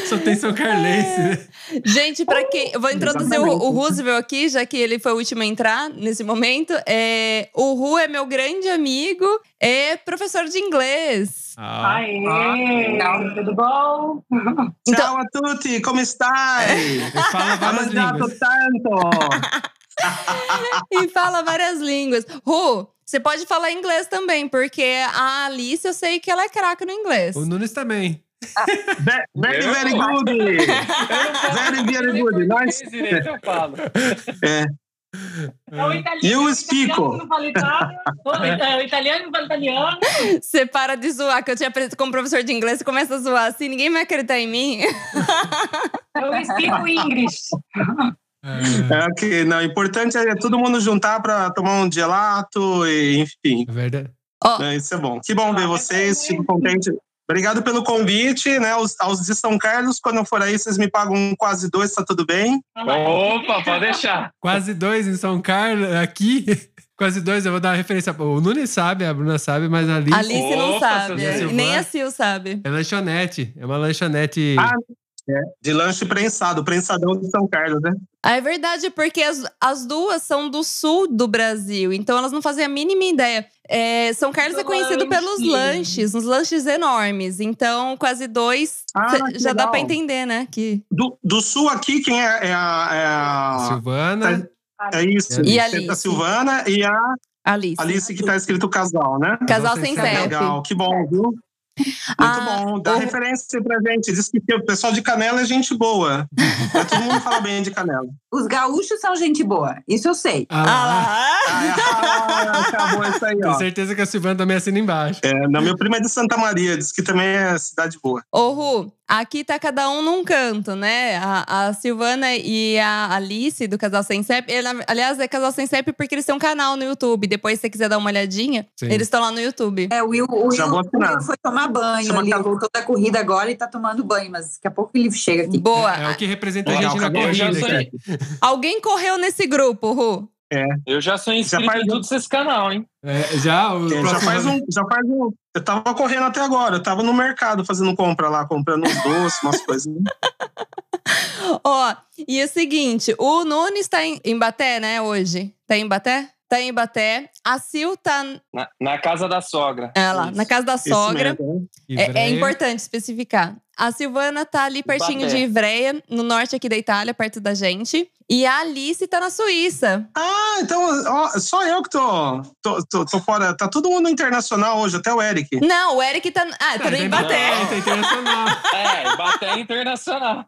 B: Só tem São Carlense,
A: É.
B: né?
A: Gente, pra quem. Eu vou introduzir o, o Roosevelt aqui, já que ele foi o último a entrar nesse momento. É, o Ru é meu grande amigo, é professor de inglês.
B: Ah,
H: aê.
G: Ah.
H: Tudo bom?
A: Então-
I: Ciao a tutti, come stai?
B: ele fala várias
I: Mandato
B: línguas.
I: tanto!
A: e fala várias línguas. Ru, você pode falar inglês também, porque a Alice eu sei que ela é craque no inglês.
B: O Nunes também.
I: Ve- Very, very good! Very, very good. Nice.
E: Direito, eu falo.
H: É o italiano.
I: Eu
H: o
I: explico.
H: italiano não fala italiano, o- é, O italiano não fala italiano.
A: Você para de zoar, que eu te apresento como professor de inglês e começa a zoar assim, ninguém vai acreditar em mim.
H: Eu explico inglês.
B: É,
I: É, ok, não, o importante é todo mundo juntar para tomar um gelato, e, enfim.
B: é verdade.
I: né, isso é bom. Que bom ver vocês, fico contente. Obrigado pelo convite, né? Aos, aos de São Carlos, quando eu for aí, vocês me pagam quase dois, tá tudo bem?
E: Opa, pode deixar.
B: Quase dois em São Carlos, aqui. Quase dois, eu vou dar uma referência. O Nunes sabe, a Bruna sabe, mas a Alice
A: A Alice não
E: Opa,
A: sabe,
B: seu Zé
A: nem
B: Silvano.
A: a Sil sabe.
B: é lanchonete. É uma lanchonete.
I: Ah, De lanche prensado, prensadão de São Carlos, né?
A: Ah, É verdade, porque as, as duas são do sul do Brasil, então elas não faziam a mínima ideia. É, são Carlos é conhecido pelos
H: Lanche.
A: lanches, uns lanches enormes. Então, quase dois,
I: Ah,
A: cê-
I: que
A: já dá
I: legal.
A: pra entender, né? Que...
I: Do, do sul aqui, quem é, é a.
B: Silvana.
I: É, a, é isso.
A: E a
I: Sempre
A: Alice.
I: a Silvana e a
A: Alice.
I: Alice, que tá escrito casal, né?
A: Casal sem
B: Casal sem
A: CEP.
I: Legal, que bom, viu? Muito
A: Ah,
I: bom. Dá
A: o-
I: referência pra gente. Diz que o pessoal de Canela é gente boa. Mas todo mundo fala bem de Canela.
G: Os gaúchos são gente boa, isso eu sei.
B: Ah, lá.
A: Ah, lá.
I: Ah, é. Ah, acabou isso aí,
B: Tenho
I: ó.
B: certeza que a Silvana também assina embaixo.
I: É, não, meu primo é de Santa Maria, diz que também é cidade boa.
A: Ô, Ru, aqui tá cada um num canto, né? A, a Silvana e a Alice do Casal Sem CEP. Ele, na- aliás, é Casal Sem CEP porque eles têm um canal no YouTube. Depois, se você quiser dar uma olhadinha,
B: Sim.
A: eles estão lá no YouTube.
G: É, o Will, o
I: Já
G: Will,
I: vou
G: o
I: assinar.
G: Will foi tomar banho
I: Chama
G: ali,
I: Cadu.
G: voltou da corrida agora e tá tomando banho, mas daqui a pouco ele chega aqui.
A: Boa.
B: É o que representa a
I: Legal,
B: gente na
I: acabou.
E: Eu já
B: corrida. né?
E: sou,
B: aqui.
A: Alguém correu nesse grupo, Ru.
E: eu já sou inscrito
I: faz
E: em
I: um-
E: todos esses canal, hein?
B: É, já, o
I: É, já
B: próximo-
I: faz um, já faz um. Eu tava correndo até agora, eu tava no mercado fazendo compra lá, comprando uns doces, umas coisas.
A: Ó, e é o seguinte, o Nunes tá em, em Baté, né, hoje? Tá em Baté? Tá em Baté. A Sil tá
E: Na, na casa da sogra.
A: é lá,
E: Isso.
A: na casa da
I: Esse
A: sogra.
I: merda, né?
A: É, é
B: Ivreia.
A: importante especificar. A Silvana tá ali pertinho
E: Baté.
A: de Ivreia, no norte aqui da Itália, perto da gente. E a Alice tá na Suíça.
I: Ah, então ó, só eu que tô, tô, tô, tô fora. Tá todo mundo internacional hoje, até o Eric.
A: Não, o Eric tá. Ah, tá em Baté.
B: Tá internacional.
E: É, Baté é internacional.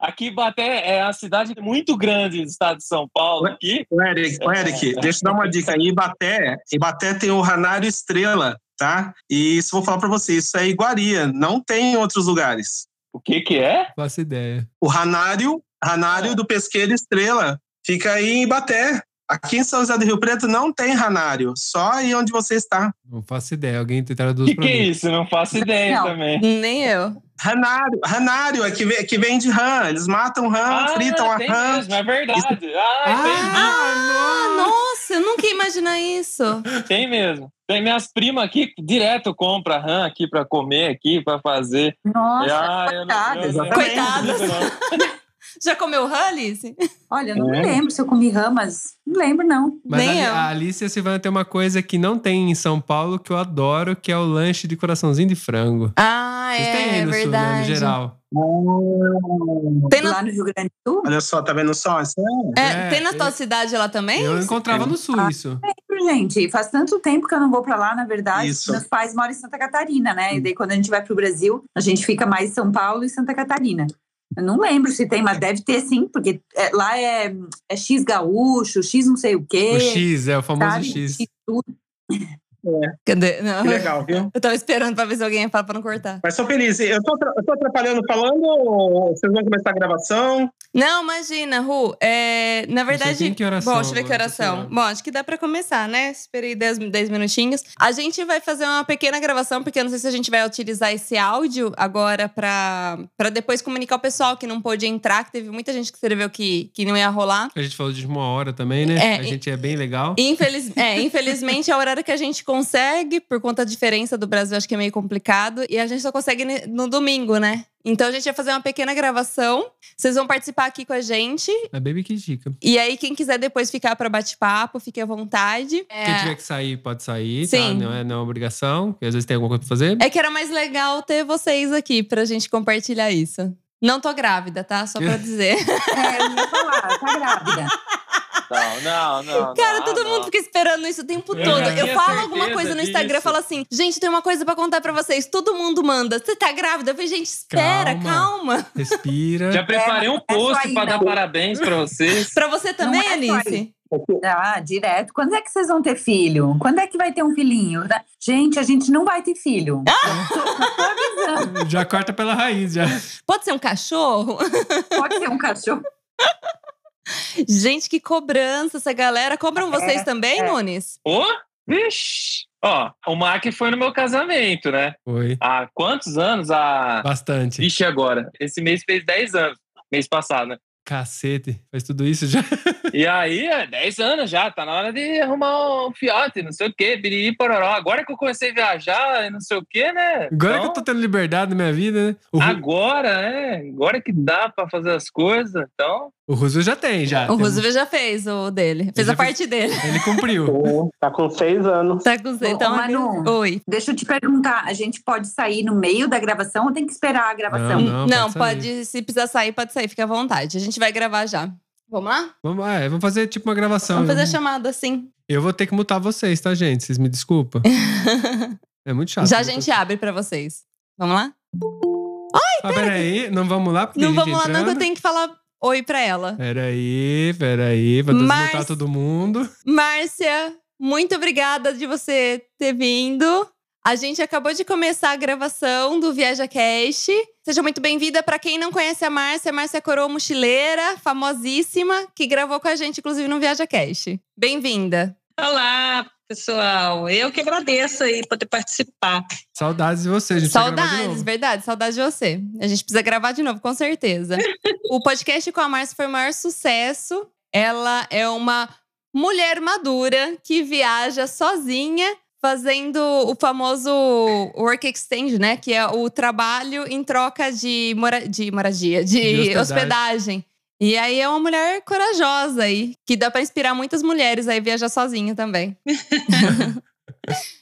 E: Aqui, Baté é a cidade muito grande do estado de São Paulo. Aqui,
I: O Eric, o Eric, deixa eu dar uma dica. Em Ibaté, Ibaté tem o Ranário Estrela, tá? E isso eu vou falar pra vocês, isso é iguaria, não tem em outros lugares.
E: o que que é?
B: Faço ideia.
I: O Ranário, Ranário do Pesqueiro Estrela, fica aí em Ibaté. Aqui em São José do Rio Preto não tem Ranário, só aí onde você está.
B: Não faço ideia. Alguém traduz
E: O que
B: pra
E: que é
B: mim.
E: isso? Não faço ideia
G: Não.
E: também.
A: Nem eu.
I: Ranário, Ranário é que vem, que vem de rã, eles matam rã, fritam a
E: Ah, tem
I: rã.
E: mesmo, é verdade. Ah,
A: Ah, nossa, eu nunca ia imaginar isso.
E: tem, tem mesmo. Tem minhas primas aqui, direto compra rã aqui pra comer, aqui pra fazer.
G: Nossa,
E: Ah, eu não- eu não- eu não
A: Coitadas.
E: acredito, não.
A: Já comeu rã, Alice?
G: olha, eu não
A: É.
G: me lembro se eu comi rã, mas não lembro, não.
B: Mas ah,
A: Nem
B: a,
A: eu.
B: a Alice e a Silvana tem uma coisa que não tem em São Paulo que eu adoro, que é o lanche de coraçãozinho de frango.
A: Ah,
B: Vocês têm
A: é,
B: aí no sul, né, no
A: verdade.
B: geral.
I: Ah.
A: Tem no
G: Lá no Rio Grande do Sul?
I: Olha só, tá vendo só? Isso é-
A: É,
B: É,
A: tem na tua
B: eu-
A: cidade lá também?
B: Eu encontrava no sul
G: Ah.
B: isso.
G: Lembro, gente. Faz tanto tempo que eu não vou pra lá, na verdade.
I: Isso.
G: Meus pais moram em Santa Catarina, né? E daí quando a gente vai pro Brasil, a gente fica mais em São Paulo e Santa Catarina. Eu não lembro se tem, mas deve ter sim, porque é- lá é, é X gaúcho, X não sei o quê.
B: O X, é o famoso
G: sabe?
B: X.
G: tudo.
A: Cadê? Não.
I: que legal, viu?
A: Eu tava esperando pra ver se alguém ia falar pra não cortar.
I: Mas sou feliz. Eu tô, atra- eu tô atrapalhando falando ou vocês vão começar a gravação?
A: Não, imagina, Ru. é, na
B: sei
A: verdade.
B: nem que oração
A: Bom, deixa eu ver que
B: agora, tô
A: oração.
B: esperando.
A: Bom, acho que dá pra começar, né? Esperei 10 minutinhos. A gente vai fazer uma pequena gravação, porque eu não sei se a gente vai utilizar esse áudio agora pra, pra depois comunicar o pessoal que não pôde entrar, que teve muita gente que escreveu que, que não ia rolar.
B: A gente falou de uma hora também, né?
A: É,
B: a
A: e-
B: gente é bem legal.
A: Infeliz- é, infelizmente, é o horário que a gente consegue, por conta da diferença do Brasil, acho que é meio complicado. E a gente só consegue ne- no domingo, né? Então a gente vai fazer uma pequena gravação. Vocês vão participar aqui com a gente.
B: A Baby que dica.
A: E aí, quem quiser depois ficar pra bate-papo, fique à vontade.
B: Quem
A: É,
B: tiver que sair, pode sair, tá?
A: Sim.
B: Não é, não é obrigação. porque Às vezes tem alguma coisa pra fazer.
A: é que era mais legal ter vocês aqui pra gente compartilhar isso. Não tô grávida, tá? Só pra dizer.
G: É, eu ia falar, tá grávida.
E: Não, não,
G: Tá
E: não.
A: Cara,
E: não,
A: todo
E: não.
A: mundo fica esperando isso o tempo
E: Eu
A: todo.
E: já
A: Eu
E: tinha
A: falo alguma
E: certeza
A: coisa no Instagram,
E: disso.
A: falo assim: gente, tem uma coisa pra contar pra vocês. Todo mundo manda. Você tá grávida? Eu falei, gente, espera,
B: Calma.
A: calma.
B: Respira.
E: Já preparei um
G: é só
E: post
G: aí,
E: pra dar
G: não.
E: parabéns pra vocês.
A: Pra você também,
G: é só
A: Alice?
G: Ah, direto. Quando é que vocês vão ter filho? Quando é que vai ter um filhinho? né? Gente, a gente não vai ter filho.
B: Já corta pela raiz, já.
A: Pode ser um cachorro?
G: Pode ser um cachorro.
A: gente, que cobrança essa galera. Cobram vocês
G: É,
A: também,
G: é.
A: Nunes?
E: Ô, vixi. Ó, o Mac foi no meu casamento, né?
B: Foi.
E: Há quantos anos? Há.
B: Bastante.
E: Vixe, agora. Esse mês fez 10 anos. Mês passado, né?
B: Cacete. Faz tudo isso já.
E: E aí, é 10 anos já, tá na hora de arrumar um fiote, não sei o quê, biriri, pororó. Agora que eu comecei a viajar, e não sei o quê, né?
B: Agora
E: Então,
B: que eu tô tendo liberdade na minha vida, né? O Ru-
E: Agora, é. Agora que dá pra fazer as coisas, então...
B: O Roosevelt já tem, já.
A: O
E: Tá
B: Tem-
A: Roosevelt já fez o dele. Fez
B: Ele
A: a
B: já fez-
A: parte dele.
B: Ele cumpriu.
J: Tá com seis anos.
A: Tá com
G: Ô,
A: então,
G: ô, Manu.
A: Oi.
G: Deixa eu te perguntar, a gente pode sair no meio da gravação ou tem que esperar a gravação?
B: Não,
A: Não,
B: pode sair.
A: pode. Se precisar sair, pode sair. Fica à vontade. A gente vai gravar já. Vamos lá?
B: Vamos, ah, é, vamos fazer tipo uma gravação.
A: Vamos fazer a chamada, sim.
B: Eu vou ter que mutar vocês, tá, gente? Vocês me desculpam. É muito chato.
A: já a gente abre pra vocês. Vamos lá?
B: Ah, peraí, não vamos lá? Porque
A: Não
B: tem gente
A: vamos lá, não, que eu
B: entrando.
A: tenho que falar oi pra ela.
B: Peraí, peraí, vou desmutar
A: Mas-
B: todo mundo.
A: Márcia, muito obrigada de você ter vindo. A gente acabou de começar a gravação do Viaja Cast. Seja muito bem-vinda. Pra quem não conhece a Márcia, a Márcia é Coroa Mochileira, famosíssima, que gravou com a gente, inclusive, no Viaja Cast. Bem-vinda.
H: Olá, É, pessoal. Eu que agradeço aí poder participar.
B: Saudades de vocês, a gente. precisa gravar de
A: Saudades,
B: novo.
A: verdade, saudades de você. A gente precisa gravar de novo, com certeza. o podcast com a Márcia foi o maior sucesso. Ela é uma mulher madura que viaja sozinha, fazendo o famoso work exchange, né? Que é o trabalho em troca de, mora de moradia, de,
B: De hospedagem.
A: hospedagem. E aí é uma mulher corajosa aí, que dá pra inspirar muitas mulheres aí a viajar sozinha também.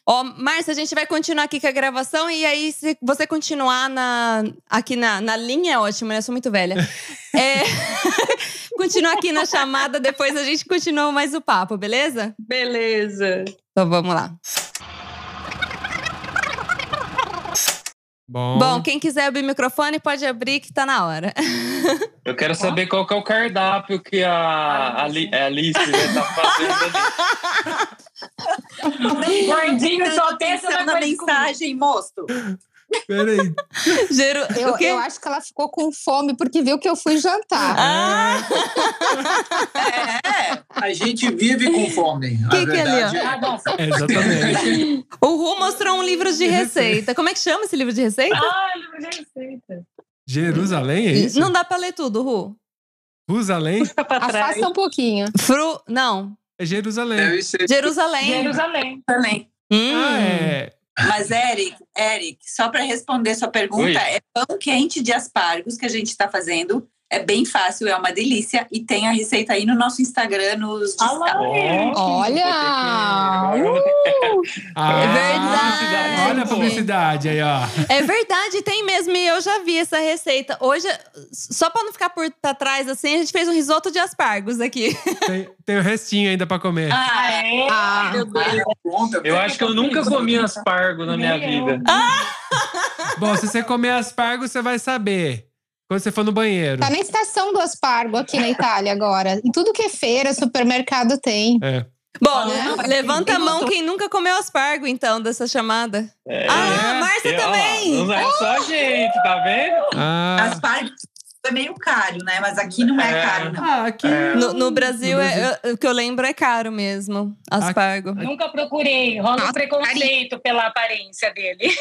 A: Ó, Márcia, a gente vai continuar aqui com a gravação e aí se você continuar na, aqui na, na linha é ótimo, né? Eu sou muito velha. É, continuar aqui na chamada, depois a gente continua mais o papo, beleza?
H: Beleza.
A: Então vamos lá.
B: Bom,
A: Bom, quem quiser abrir o microfone pode abrir que tá na hora.
E: Eu quero saber qual que é o cardápio que a, a, Li- é a Alice né, tá fazendo ali.
H: Gordinho só pensa
G: Atenção
H: na
G: na
H: coisa de comida.
G: mensagem, moço.
B: peraí.
A: Geru...
D: Eu,
A: o quê?
D: eu acho que ela ficou com fome porque viu que eu fui jantar.
A: Ah,
F: A gente vive com fome. a
A: Que que é ali,
F: verdade
H: Ah, bom.
B: É, exatamente.
A: o Ru mostrou um livro de receita. Como é que chama esse livro de receita?
H: Ah, livro de receita.
B: Jerusalém, é isso?
A: Não dá pra ler tudo, Ru.
B: Jerusalém?
H: Fica pra trás.
D: Afasta um pouquinho.
A: Fru... Não.
B: É Jerusalém.
F: Deve ser.
A: Jerusalém.
H: Jerusalém.
G: Também.
A: Hum.
B: Ah, é.
G: Mas, Eric, Eric, só para responder sua pergunta,
E: Oi.
G: é pão quente de aspargos que a gente está fazendo. É bem fácil, é uma delícia. E tem a receita aí no nosso Instagram, nos destaques.
E: Ó,
D: Olha!
H: né?
E: vou ter que- agora eu vou ter
B: Ah,
A: É verdade.
B: Olha a publicidade aí, ó.
A: É verdade, tem mesmo. E eu já vi essa receita. Hoje, só pra não ficar por pra trás assim, a gente fez um risoto de aspargos aqui.
B: Tem, tem o restinho ainda pra comer.
G: Ah, é.
H: É.
A: Ah.
H: Meu Deus.
F: Conta,
E: Eu acho que eu nunca comi aspargo na minha
H: Nem eu.
E: vida.
B: Bom, se você comer aspargo, você vai saber. Quando você for no banheiro.
D: Tá na estação do Aspargo aqui na Itália agora. Em tudo que é feira, supermercado tem.
B: É.
A: Bom,
G: Não, mas
A: levanta a
G: tem- tem
A: mão
G: outro-
A: quem nunca comeu aspargo, então, dessa chamada.
E: É.
A: Ah, a Márcia
E: Eu- ó,
A: também!
E: Não é só a gente, tá vendo?
B: Ah,
G: Aspargos é meio caro, né? Mas aqui não é
E: É.
G: caro, não.
B: ah, aqui.
A: No, no Brasil,
B: No
A: é- eu- o que eu lembro é caro mesmo, aspargo.
H: Nunca procurei. Rola um
D: Nossa,
H: preconceito pela aparência dele.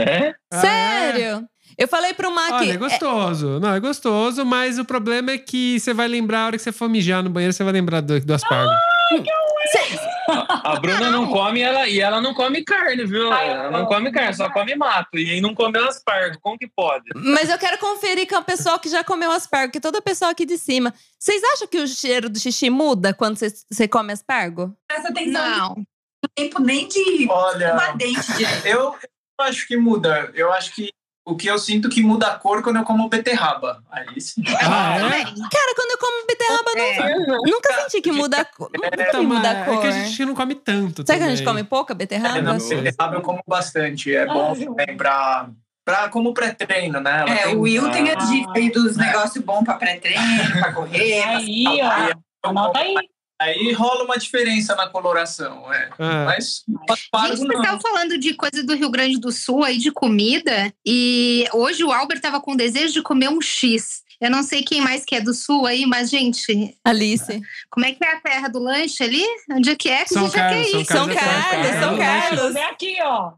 E: É?
B: Ah, é?
A: Sério? Eu falei pro Mac.
B: Olha, é gostoso. Não, é gostoso, mas o problema é que você vai lembrar, a hora que você for mijar no banheiro, você vai lembrar do, do aspargo.
E: A a Bruna não come ela, e ela não come carne, viu?
H: Ai, eu
E: Ela não
H: amo.
E: come carne, só come mato. E aí não come aspargo. Como que pode?
A: é, Mas eu quero conferir com a pessoa que já comeu aspargo, que toda a pessoa aqui de cima. Vocês acham que o cheiro do xixi muda quando você- você come aspargo?
G: Presta atenção, não
D: Não.
G: tem tempo nem de
F: Olha,
G: uma dente direito.
F: eu eu não acho que muda. Eu acho que o que eu sinto que muda a cor quando eu como beterraba. Aí sim.
B: Ah, é?
A: Cara, quando eu como beterraba, eu não-
G: É.
A: nunca senti que muda a cor. Nunca
B: Então,
A: que muda
B: mas
A: a cor.
B: É que a gente não come tanto.
A: Será que a
B: também.
A: gente come pouca
F: É,
A: beterraba?
F: não,
B: gostoso.
F: beterraba eu como bastante. É bom também pra, pra como pré-treino, né? Ela
G: É,
F: tem-
G: o Will tem a
H: Ah.
G: dica aí dos negócios bons para pré-treino, para correr. pra
H: Aí,
F: Aí,
H: ó. Anota aí.
F: aí rola uma diferença na coloração, é.
B: Ah,
F: Mas aspargo
D: Gente, vocês
F: não.
D: estavam falando de coisa do Rio Grande do Sul aí, de comida. E hoje o Albert tava com desejo de comer um X. Eu não sei quem mais que é do Sul aí, mas, gente,
A: Alice.
D: como é que é a terra do lanche ali? Onde é que é? Que
B: São
D: a gente já
B: Carlos,
D: quer
B: São
D: ir.
A: São
B: Carlos,
A: Carlos, São Carlos.
H: É aqui, ó.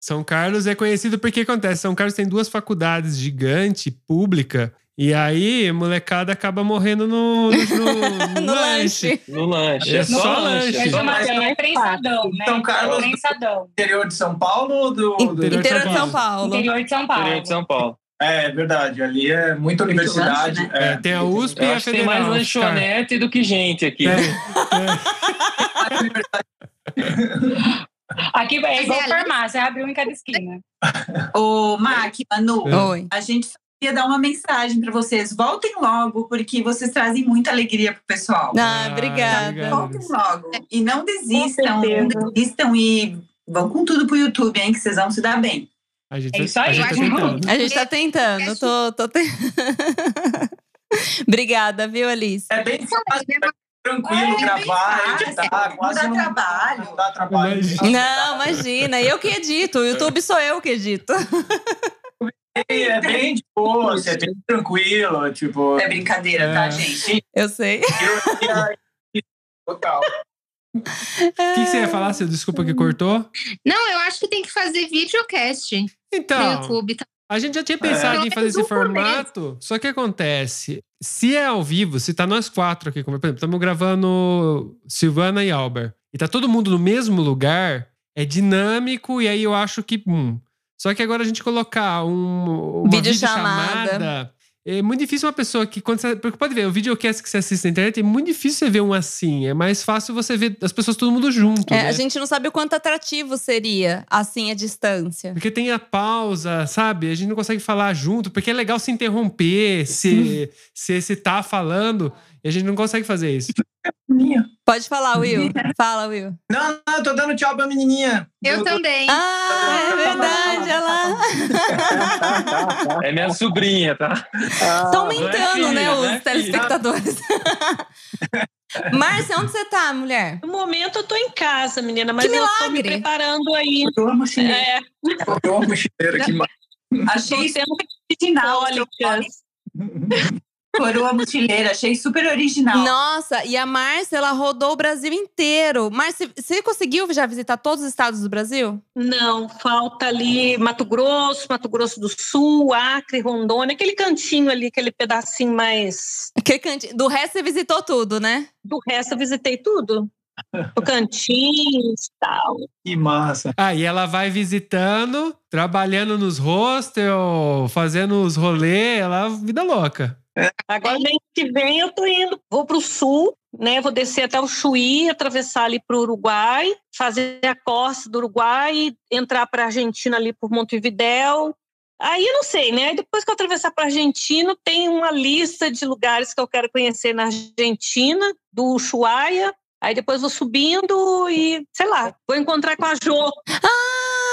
B: São Carlos é conhecido porque acontece. São Carlos tem duas faculdades gigante, pública. E aí, a molecada acaba morrendo no, no, no-
A: No
B: no lanche.
A: lanche.
E: No lanche.
B: É só lanche.
H: É
E: Só lanche.
H: chamadão, é prensadão, né?
F: São Carlos.
H: Prensadão.
F: interior de São Paulo ou do, do-
B: Interior
A: Interior de São
B: São
A: Paulo.
H: Interior de São Paulo.
E: Interior de São Paulo.
F: É verdade, ali é muita
G: Muito
F: universidade.
G: lanche,
B: É,
F: é.
B: tem a USP e
E: Eu
B: a
E: acho que tem mais
B: Federal. É, Oscar.
E: lanchonete do que gente aqui.
B: Tem.
H: Aqui é igual
D: ali-
H: farmácia, abre um em cada esquina.
G: Ô, Mac, Manu,
A: Oi.
G: a gente só queria dar uma mensagem para vocês. Voltem logo, porque vocês trazem muita alegria pro pessoal.
A: Ah,
B: Ah,
A: obrigada.
B: obrigado.
G: Voltem logo. E não desistam,
H: Com
G: não
H: certeza.
G: desistam e vão com tudo pro YouTube, hein? Que vocês vão se dar bem.
B: A gente,
H: É isso aí,
B: a gente
H: eu
B: tá
H: acho que
B: tentando.
A: A gente tá tentando, tô, tô te- Obrigada, viu, Alice?
F: É bem fácil, tranquilo
G: É,
F: gravar, tá
G: bem fácil.
F: editar,
G: Não
F: quase
G: dá
F: não
G: trabalho.
F: Não dá trabalho.
B: Imagina.
A: Não, imagina, eu que edito, o YouTube sou eu que edito.
F: É, é bem de boa, assim, é bem tranquilo, tipo.
G: É brincadeira,
B: É.
G: tá, gente?
A: Eu sei.
F: eu- Total.
B: O que, que você ia falar, seu? Desculpa que cortou.
D: Não, eu acho que tem que fazer videocast no
B: Então,
D: YouTube. tá?
B: a gente já tinha pensado
A: É.
B: em
D: Pelo
B: fazer
D: menos
B: esse
D: um por
B: formato. Só que acontece, se é ao vivo, se tá nós quatro aqui, como por exemplo, estamos gravando Silvana e Albert, e tá todo mundo no mesmo lugar, é dinâmico, e aí eu acho que. hum. Só que agora a gente colocar um, uma
A: Videochamada.
B: videochamada, É muito difícil uma pessoa que. Quando você, porque pode ver, o videocast que você assiste na internet é muito difícil você ver um assim. É mais fácil você ver as pessoas todo mundo junto.
A: É,
B: né?
A: a gente não sabe o quanto atrativo seria, assim, a distância.
B: Porque tem a pausa, sabe? A gente não consegue falar junto, porque é legal se interromper, se se, se tá falando, e a gente não consegue fazer isso.
F: Menininha.
A: Pode falar, Will. Fala, Will.
F: Não, não, eu tô dando tchau pra menininha.
D: Eu
F: Do-
D: também.
A: Ah, é verdade, olha lá.
E: É minha sobrinha, tá?
A: Estão aumentando,
E: filha,
A: né,
E: não é
A: os
E: filha.
A: telespectadores. Márcia, onde você tá, mulher?
J: No momento eu tô em casa, menina, mas
A: Que
J: eu tô me
A: milagre!
J: preparando aí.
F: Eu amo mochileira,
J: É,
F: eu amo mochileira que mais.
G: Achei
J: Tô tendo
G: super original. seu nome,
J: cólicas.
G: Coroa mutileira, achei super original.
A: Nossa, e a Márcia, ela rodou o Brasil inteiro. Márcia, você conseguiu já visitar todos os estados do Brasil?
J: Não, falta ali Mato Grosso, Mato Grosso do Sul, Acre, Rondônia, aquele cantinho ali, aquele pedacinho mais.
A: Aquele canti- Do resto, você visitou tudo, né?
J: Do resto eu visitei tudo. Tocantins e tal.
F: Que massa.
B: Aí ela vai visitando, trabalhando nos hostel, fazendo os rolês, ela é vida louca.
J: Agora, mês que vem, eu tô indo. Vou pro sul, né? Vou descer até o Chuí, atravessar ali pro Uruguai, fazer a costa do Uruguai, entrar pra Argentina ali por Montevidéu. Aí eu não sei, né? Aí Depois que eu atravessar para Argentina, tem uma lista de lugares que eu quero conhecer na Argentina, do Ushuaia. Aí depois vou subindo e, sei lá, vou encontrar com a Jo.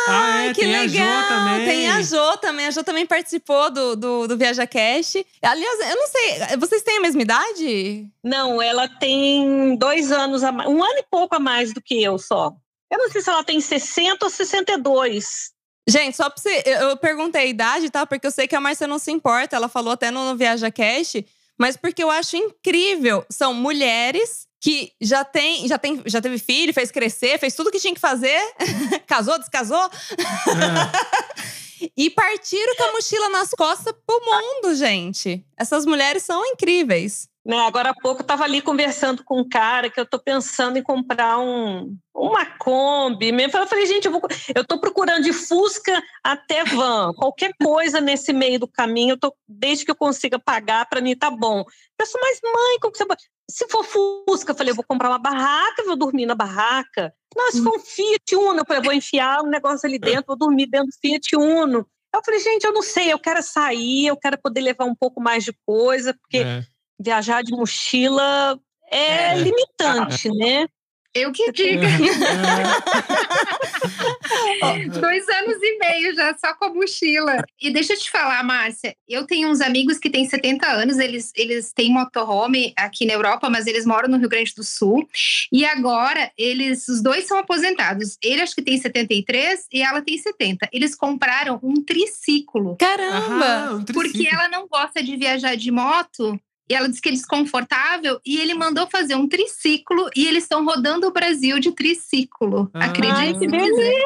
B: Ah, é,
A: Ai, que
B: tem a Jo
A: legal!
B: também.
A: Tem a Jo também. A Jo também participou do, do, do Viaja Cash. Aliás, eu não sei, vocês têm a mesma idade?
J: Não, ela tem dois anos a mais, um ano e pouco a mais do que eu só. Eu não sei se ela tem 60 ou 62.
A: Gente, só pra você. Eu, eu perguntei a idade, tá? Porque eu sei que a Márcia não se importa. Ela falou até no, no Viaja Cash, mas porque eu acho incrível. São mulheres que já tem, já tem, já teve filho, fez crescer, fez tudo que tinha que fazer, casou, descasou
B: É.
A: e partiram com a mochila nas costas pro mundo, gente. Essas mulheres são incríveis.
J: né? Agora há pouco eu estava ali conversando com um cara que eu estou pensando em comprar um, uma Kombi. mesmo. Eu falei, gente, eu, vou, co- eu tô procurando de Fusca até van. Qualquer coisa nesse meio do caminho, eu tô, desde que eu consiga pagar, para mim tá bom. Pessoal, mas mãe, como que você... vai- Se for Fusca, eu falei, eu vou comprar uma barraca, vou dormir na barraca. Não, se for um Fiat Uno, eu falei, eu vou enfiar um negócio ali dentro, vou dormir dentro do Fiat Uno. Eu falei, gente, eu não sei, eu quero sair, eu quero poder levar um pouco mais de coisa, porque
B: É.
J: viajar de mochila é,
G: É.
J: limitante, né?
D: Eu que digo.
B: É.
D: Dois anos e meio já, só com a mochila. E deixa eu te falar, Márcia, eu tenho uns amigos que têm 70 anos, eles, eles têm motorhome aqui na Europa, mas eles moram no Rio Grande do Sul. E agora, eles, os dois são aposentados. Ele acho que tem 73 e ela tem 70. Eles compraram um triciclo,
A: Caramba!
B: Ah, um
D: porque
B: triciclo.
D: ela não gosta de viajar de moto. E ela diz que é desconfortável. E ele mandou fazer um triciclo. E eles estão rodando o Brasil de triciclo.
B: Ah.
J: Ai,
D: Acredite
J: que
D: se quiser.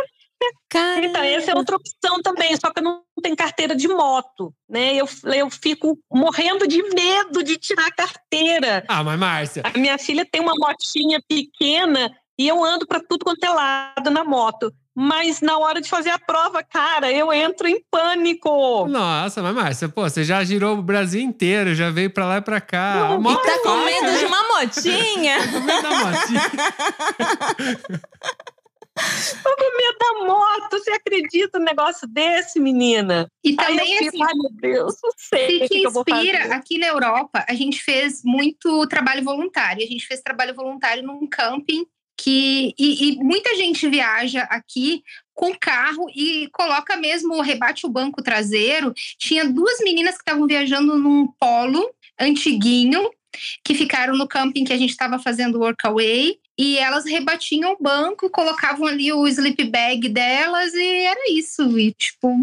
A: Caramba.
J: Então, essa é outra opção também, só que eu não tenho carteira de moto, né? Eu, eu fico morrendo de medo de tirar a carteira.
B: Ah, mas Márcia,
J: A minha filha tem uma motinha pequena
G: E eu ando para tudo quanto é lado na moto. Mas na hora de fazer a prova, cara, eu entro em pânico.
B: Nossa, mas Márcia, pô, você já girou o Brasil inteiro, já veio pra lá e pra cá. A
A: E
B: moto
A: tá com
B: vai,
A: medo de
B: né?
A: uma motinha?
B: Com medo é da motinha.
G: Tô com medo da moto, você acredita num negócio desse, menina?
D: E
G: Aí
D: também,
G: eu
D: assim,
G: fico, ai meu Deus, não sei o
D: Se
G: que,
D: te
G: que eu vou fazer.
D: inspira, aqui na Europa, a gente fez muito trabalho voluntário. A gente fez trabalho voluntário num camping que. E, e muita gente viaja aqui com carro e coloca mesmo, rebate o banco traseiro. Tinha duas meninas que estavam viajando num polo antiguinho, que ficaram no camping que a gente estava fazendo o workaway. E elas rebatiam o banco, colocavam ali o sleep bag delas e era isso. E tipo,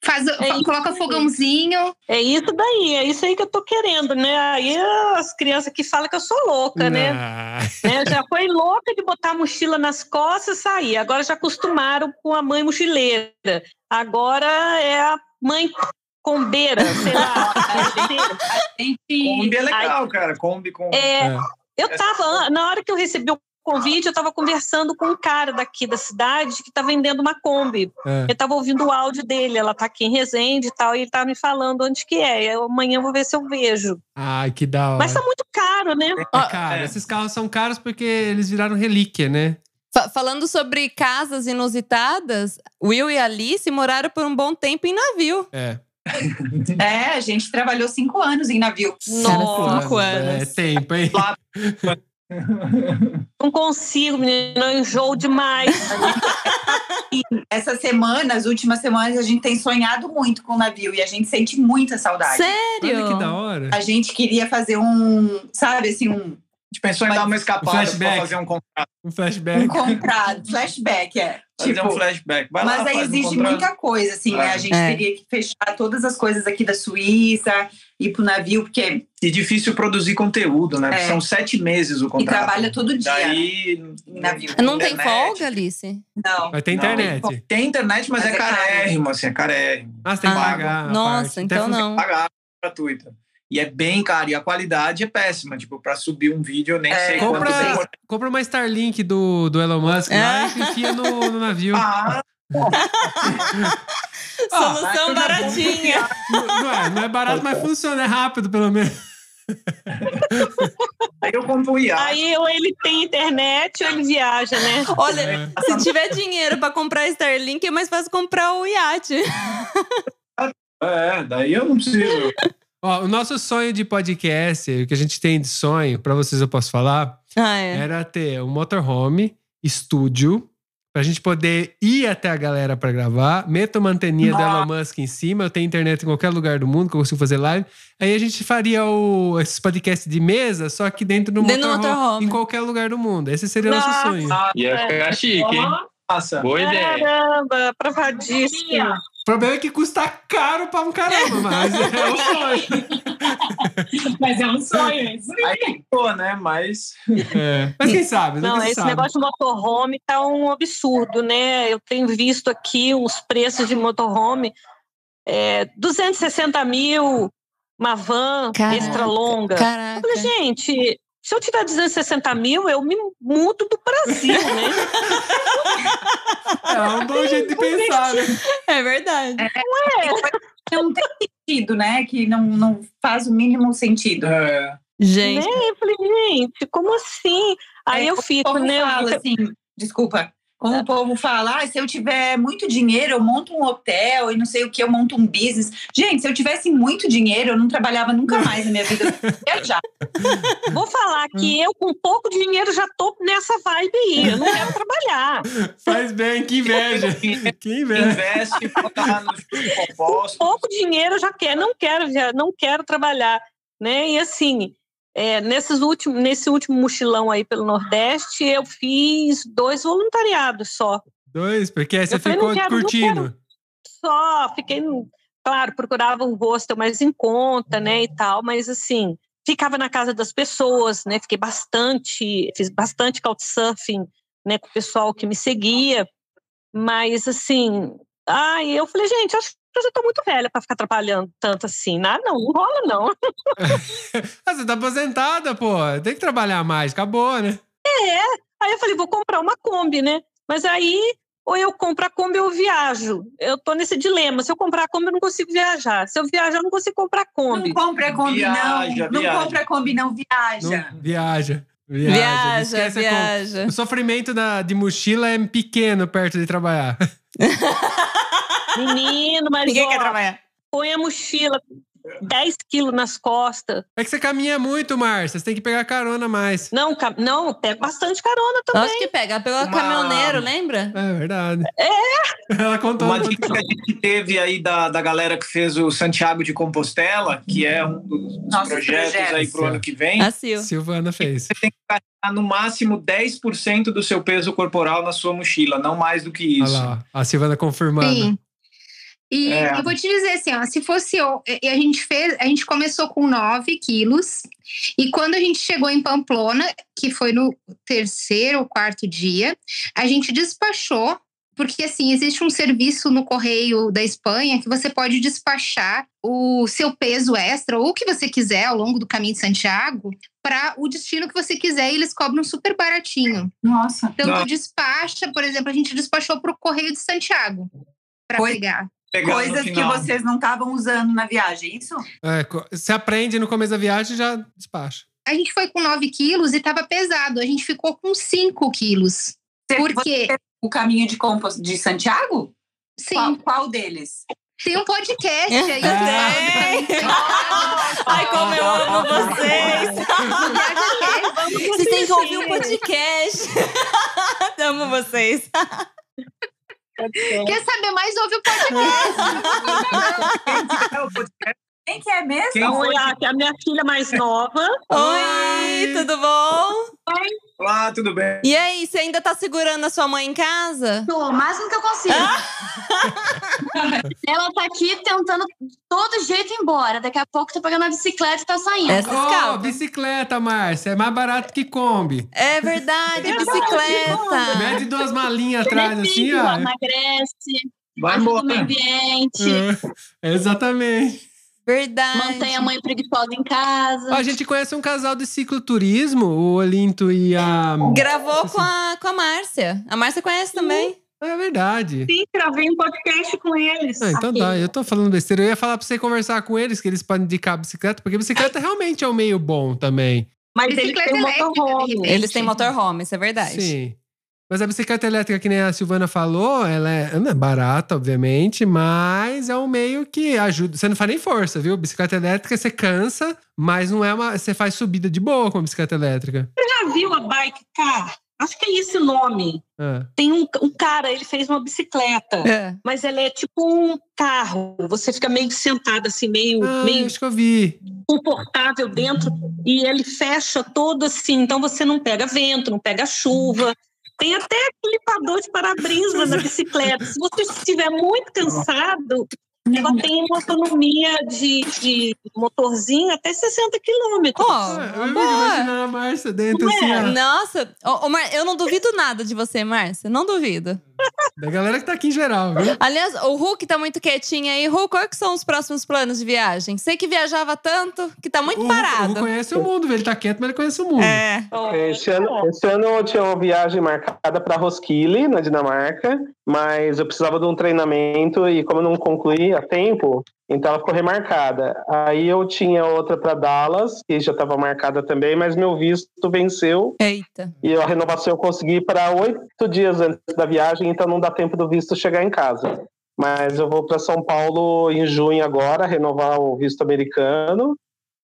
D: faz,
G: É isso
D: coloca
G: aí.
D: fogãozinho.
G: É isso daí, é isso aí que eu tô querendo, né? Aí as crianças que falam que eu sou louca,
A: Tá,
G: né?
B: Ah,
G: Né? Já foi louca de botar a mochila nas costas e sair. Agora já acostumaram com a mãe mochileira. Agora é a mãe combeira, sei lá.
K: A gente
J: Kombi é legal, cara. Kombi com.
G: É,
B: É.
G: Eu tava, na hora que eu recebi o convite, eu tava conversando com um cara daqui da cidade que tá vendendo uma Kombi.
B: é.
G: Eu tava ouvindo o áudio dele, ela tá aqui em Resende e tal, e ele tava me falando onde que é. Eu, amanhã eu vou ver se eu vejo.
B: Ai, que da hora.
G: Mas tá muito caro, né?
A: Ah,
B: É, cara,
J: É.
B: esses carros são caros porque eles viraram relíquia, né?
A: Fa- Falando sobre casas inusitadas, Will e Alice moraram por um bom tempo em navio.
B: É.
K: É, a gente trabalhou cinco anos em navio.
B: assim.
G: Nossa.
A: cinco
B: É
A: anos.
B: tempo, hein?
G: Não consigo, menina, eu enjoo demais.
K: Essas semanas, últimas semanas, a gente tem sonhado muito com o navio e a gente sente muita saudade.
B: Olha que da
A: Sério?
B: hora.
K: A gente queria fazer um, sabe, assim, um,
J: A gente pensou em dar uma escapada
B: flashback.
J: pra fazer um, con-
B: Um
K: um
B: flashback.
K: contrato, flashback, é.
J: fazer
K: Tipo,
J: um flashback. Vai
K: mas
J: lá,
K: aí
J: faz um
K: exige
J: contrato.
K: muita coisa, assim, né? A gente
A: É.
K: teria que fechar todas as coisas aqui da Suíça, ir pro navio, porque
J: E difícil produzir conteúdo, né?
K: É.
J: São sete meses o
K: e
J: contrato.
K: trabalha todo dia né?
J: Daí.
K: em navio.
A: Não tem
J: Internet.
A: folga, Alice?
K: Não.
B: Mas tem
J: Não,
B: internet.
J: Tem internet, mas,
K: Mas
J: é,
K: é caro.
J: carérrimo, assim, é carérrimo.
B: Ah, você tem que
A: Ah,
B: pagar. a
A: Nossa,
B: parte. Até
A: então
B: fun-
A: não.
J: Pagar gratuita. E é bem caro. E a qualidade é péssima. Tipo, pra subir um vídeo, eu nem
K: É,
J: sei quanto
B: Compra-
J: tempo.
B: Compra uma Starlink do, do Elon Musk lá
A: É.
B: e enfia no, no navio.
J: Ah,
A: Solução
J: mas-
A: baratinha.
B: Não, não é, não é barato, mas funciona, é rápido, pelo menos.
J: aí eu compro um o IA.
G: Aí ou ele tem internet ou ele viaja, né?
A: Olha,
B: É.
A: se tiver dinheiro pra comprar Starlink, é mais fácil comprar o iate.
J: É, daí eu não preciso.
B: Ó, o nosso sonho de podcast, o que a gente tem de sonho, pra vocês eu posso falar,
A: Ah, é.
B: era ter um motorhome, estúdio, pra gente poder ir até a galera pra gravar. Meto a manteninha do Elon Musk em cima, eu tenho internet em qualquer lugar do mundo que eu consigo fazer live. Aí a gente faria o, esses podcasts de mesa, só que dentro do
A: Dentro do
B: motorhome,
A: motorhome.
B: em qualquer lugar do mundo. Esse seria o nosso
G: Nossa.
B: sonho.
E: Ia ficar chique, hein?
J: Nossa.
E: Boa ideia.
G: Caramba, provadíssimo.
B: O problema é que custa caro pra um caramba, mas é o sonho.
L: Mas é um sonho, é isso aí.
J: Aí pô, né? Mas.
B: É. Mas quem sabe, né?
G: Não,
B: Quem
G: esse
B: sabe?
G: negócio de motorhome tá um absurdo, né? Eu tenho visto aqui os preços de motorhome. É, 260 mil, uma van
A: Caraca.
G: extra longa. Eu
A: Caraca.
G: falei, gente, se eu tirar 260 mil, eu me mudo do Brasil, né?
B: É um bom jeito de pensar, né?
A: É verdade.
K: Não É, tem um sentido, né? Que não, não faz o mínimo sentido.
J: É,
A: Gente,
G: Né? Eu falei, gente, como assim? Aí
K: É,
G: eu
K: O
G: fico,
K: povo
G: né?
K: fala assim, desculpa. Como o povo fala, ah, se eu tiver muito dinheiro, eu monto um hotel e não sei o que, eu monto um business. Gente, se eu tivesse muito dinheiro, eu não trabalhava nunca mais na minha vida. Eu viajar.
G: Vou falar que eu, com pouco dinheiro, já tô nessa vibe aí. Eu não quero trabalhar.
B: Faz bem, que inveja. Que inveja.
J: investe, botar nos compostos.
G: pouco dinheiro eu já quer, não quero, já não quero trabalhar, né? E assim, é, nesses últimos, nesse último mochilão aí pelo Nordeste, eu fiz dois voluntariados só,
B: Dois, porque você
G: Eu falei,
B: ficou
G: não quero, não
B: curtindo.
G: só fiquei, no- claro, procurava um hostel mais em conta, né, e tal, mas assim, ficava na casa das pessoas, né? Fiquei bastante, fiz bastante couchsurfing, né, com o pessoal que me seguia, mas assim, ai, eu falei, gente, acho que eu já tô muito velha para ficar atrapalhando tanto assim. Ah, não, não rola não.
B: Ah, você tá aposentada, pô. Tem que trabalhar mais, acabou, né?
G: Aí eu falei, vou comprar uma Kombi, né? Mas aí, ou eu compro a Kombi ou eu viajo. Eu tô nesse dilema. Se eu comprar a Kombi, eu não consigo viajar. Se eu viajar, eu não consigo comprar a Kombi.
E: Não compra Kombi,
G: Viaja,
E: não. Não
G: viaja.
E: compra Kombi, não. Viaja.
B: Não- viaja. Viaja,
A: Viaja,
B: esquece a
A: viaja.
B: conta. O sofrimento da, de mochila é pequeno perto de trabalhar.
G: Menino, mas.
A: Ninguém
G: ó,
A: quer trabalhar.
G: Põe a mochila, 10 quilos nas costas.
B: É que você caminha muito, Márcia. Você tem que pegar carona mais.
G: Não, ca- não pega bastante carona também.
A: Nossa, que pega. Pegou
M: Uma-
A: caminhoneiro, lembra?
B: É verdade.
G: É,
B: Ela contou.
M: Uma dica que a gente teve aí da, da galera que fez o Santiago de Compostela, que é um dos
E: Nossos
M: projetos, aí
E: projetos.
M: pro ano que vem,
A: A Sil.
B: Silvana fez.
M: tá no máximo 10% do seu peso corporal na sua mochila, não mais do que
B: Olha
M: isso.
B: lá, ó. a Silvana confirmando.
D: Sim. E
M: É.
D: eu vou te dizer assim, ó, se fosse eu, e- e a gente fez, a gente começou com 9 quilos, e quando a gente chegou em Pamplona, que foi no terceiro ou quarto dia, a gente despachou, porque assim, existe um serviço no correio da Espanha que você pode despachar o seu peso extra ou o que você quiser ao longo do caminho de Santiago para o destino que você quiser, e eles cobram super baratinho.
E: Nossa.
D: Então,
M: Nossa.
D: tu despacha, por exemplo, a gente despachou para o correio de Santiago para
E: Coisa-
D: pegar.
M: Pegar no
E: Coisas que
M: final.
E: vocês não estavam usando na viagem, isso?
B: É, co- você aprende no começo da viagem e já despacha.
D: a gente foi com 9 quilos e tava pesado. A gente ficou com 5 quilos.
E: Você-
D: Porque,
E: O caminho de compos de Santiago?
D: sim,
E: Qual, qual deles?
D: tem um podcast aí.
A: Tem.
D: que fala
A: Ai, como eu amo vocês!
D: do podcast.
A: Vocês têm que ouvir o podcast. amo vocês.
D: Quer saber mais? Ouve o podcast.
E: Quem que é mesmo?
M: Quem foi?
G: Oi, a minha filha mais nova.
A: Oi, tudo bom?
M: Olá, tudo bem?
A: E aí, você ainda tá segurando a sua mãe em casa? Ah!
N: Tô, o máximo que eu consigo. Ela tá aqui tentando de todo jeito ir embora. Daqui a pouco tá pegando a bicicleta e tá saindo.
A: Essa
B: Ó,
A: escapa.
B: bicicleta, Márcia. É mais barato que Kombi.
A: É verdade, bicicleta.
B: Mede duas malinhas atrás, assim,
N: Ela
B: ó.
N: emagrece,
M: Vai
N: ajuda o meio
M: embora.
N: ambiente,
B: É, Exatamente. Hum.
A: Verdade.
N: mantém a mãe preguiçosa em casa.
B: Ó, a gente conhece um casal de cicloturismo, o Olinto e a.
A: Gravou com a, com a Márcia. A Márcia conhece também.
B: É verdade.
G: Sim, gravei um podcast com eles.
B: Ah, então tá, eu tô falando besteira. Eu ia falar pra você conversar com eles, que eles podem indicar a bicicleta, porque bicicleta realmente é um meio bom também.
G: Mas eles
D: Bicicleta
G: têm um
D: elétrica, de
G: motorhome.
D: repente.
A: Eles têm motorhome, isso é verdade.
B: Sim. Mas a bicicleta elétrica, que nem a Silvana falou, ela é, ela é barata, obviamente, mas é um meio que ajuda. Você não faz nem força, viu? Bicicleta elétrica você cansa, mas não é uma. Você faz subida de boa com a bicicleta elétrica.
G: Já viu a bike car? Acho que é esse nome.
B: Ah,
G: Tem um, um cara, ele fez uma bicicleta,
A: É.
G: mas ela é tipo um carro. Você fica meio sentada assim, meio,
B: Ah,
G: meio
B: acho que eu vi.
G: confortável dentro e ele fecha todo assim. Então você não pega vento, não pega chuva. Tem até limpador de para-brisa na bicicleta. Se você estiver muito cansado, ela tem uma autonomia de, de motorzinho até 60 quilômetros.
A: Ó,
B: Ah, eu fico
A: boa. é?
B: imaginando a Márcia dentro, assim, ó,
A: Nossa, ô, ô, Mar- eu não duvido nada de você, Márcia. Não duvido.
B: da galera que tá aqui em geral, viu?
A: Aliás, o Hulk tá muito quietinho aí. Hulk, quais que são os próximos planos de viagem? Sei que viajava tanto que tá muito
B: O- O,
A: parado.
B: Ru conhece o mundo, ele tá quieto, mas ele conhece o mundo.
A: É.
J: Esse ano, esse ano eu tinha uma viagem marcada para Roskilde, na Dinamarca, mas eu precisava de um treinamento e como eu não concluí a tempo, então ela ficou remarcada. Aí eu tinha outra para Dallas, que já estava marcada também, mas meu visto venceu
A: Eita.
J: e a renovação eu consegui para oito dias antes da viagem, então não dá tempo do visto chegar em casa. Mas eu vou para São Paulo em junho agora, renovar o visto americano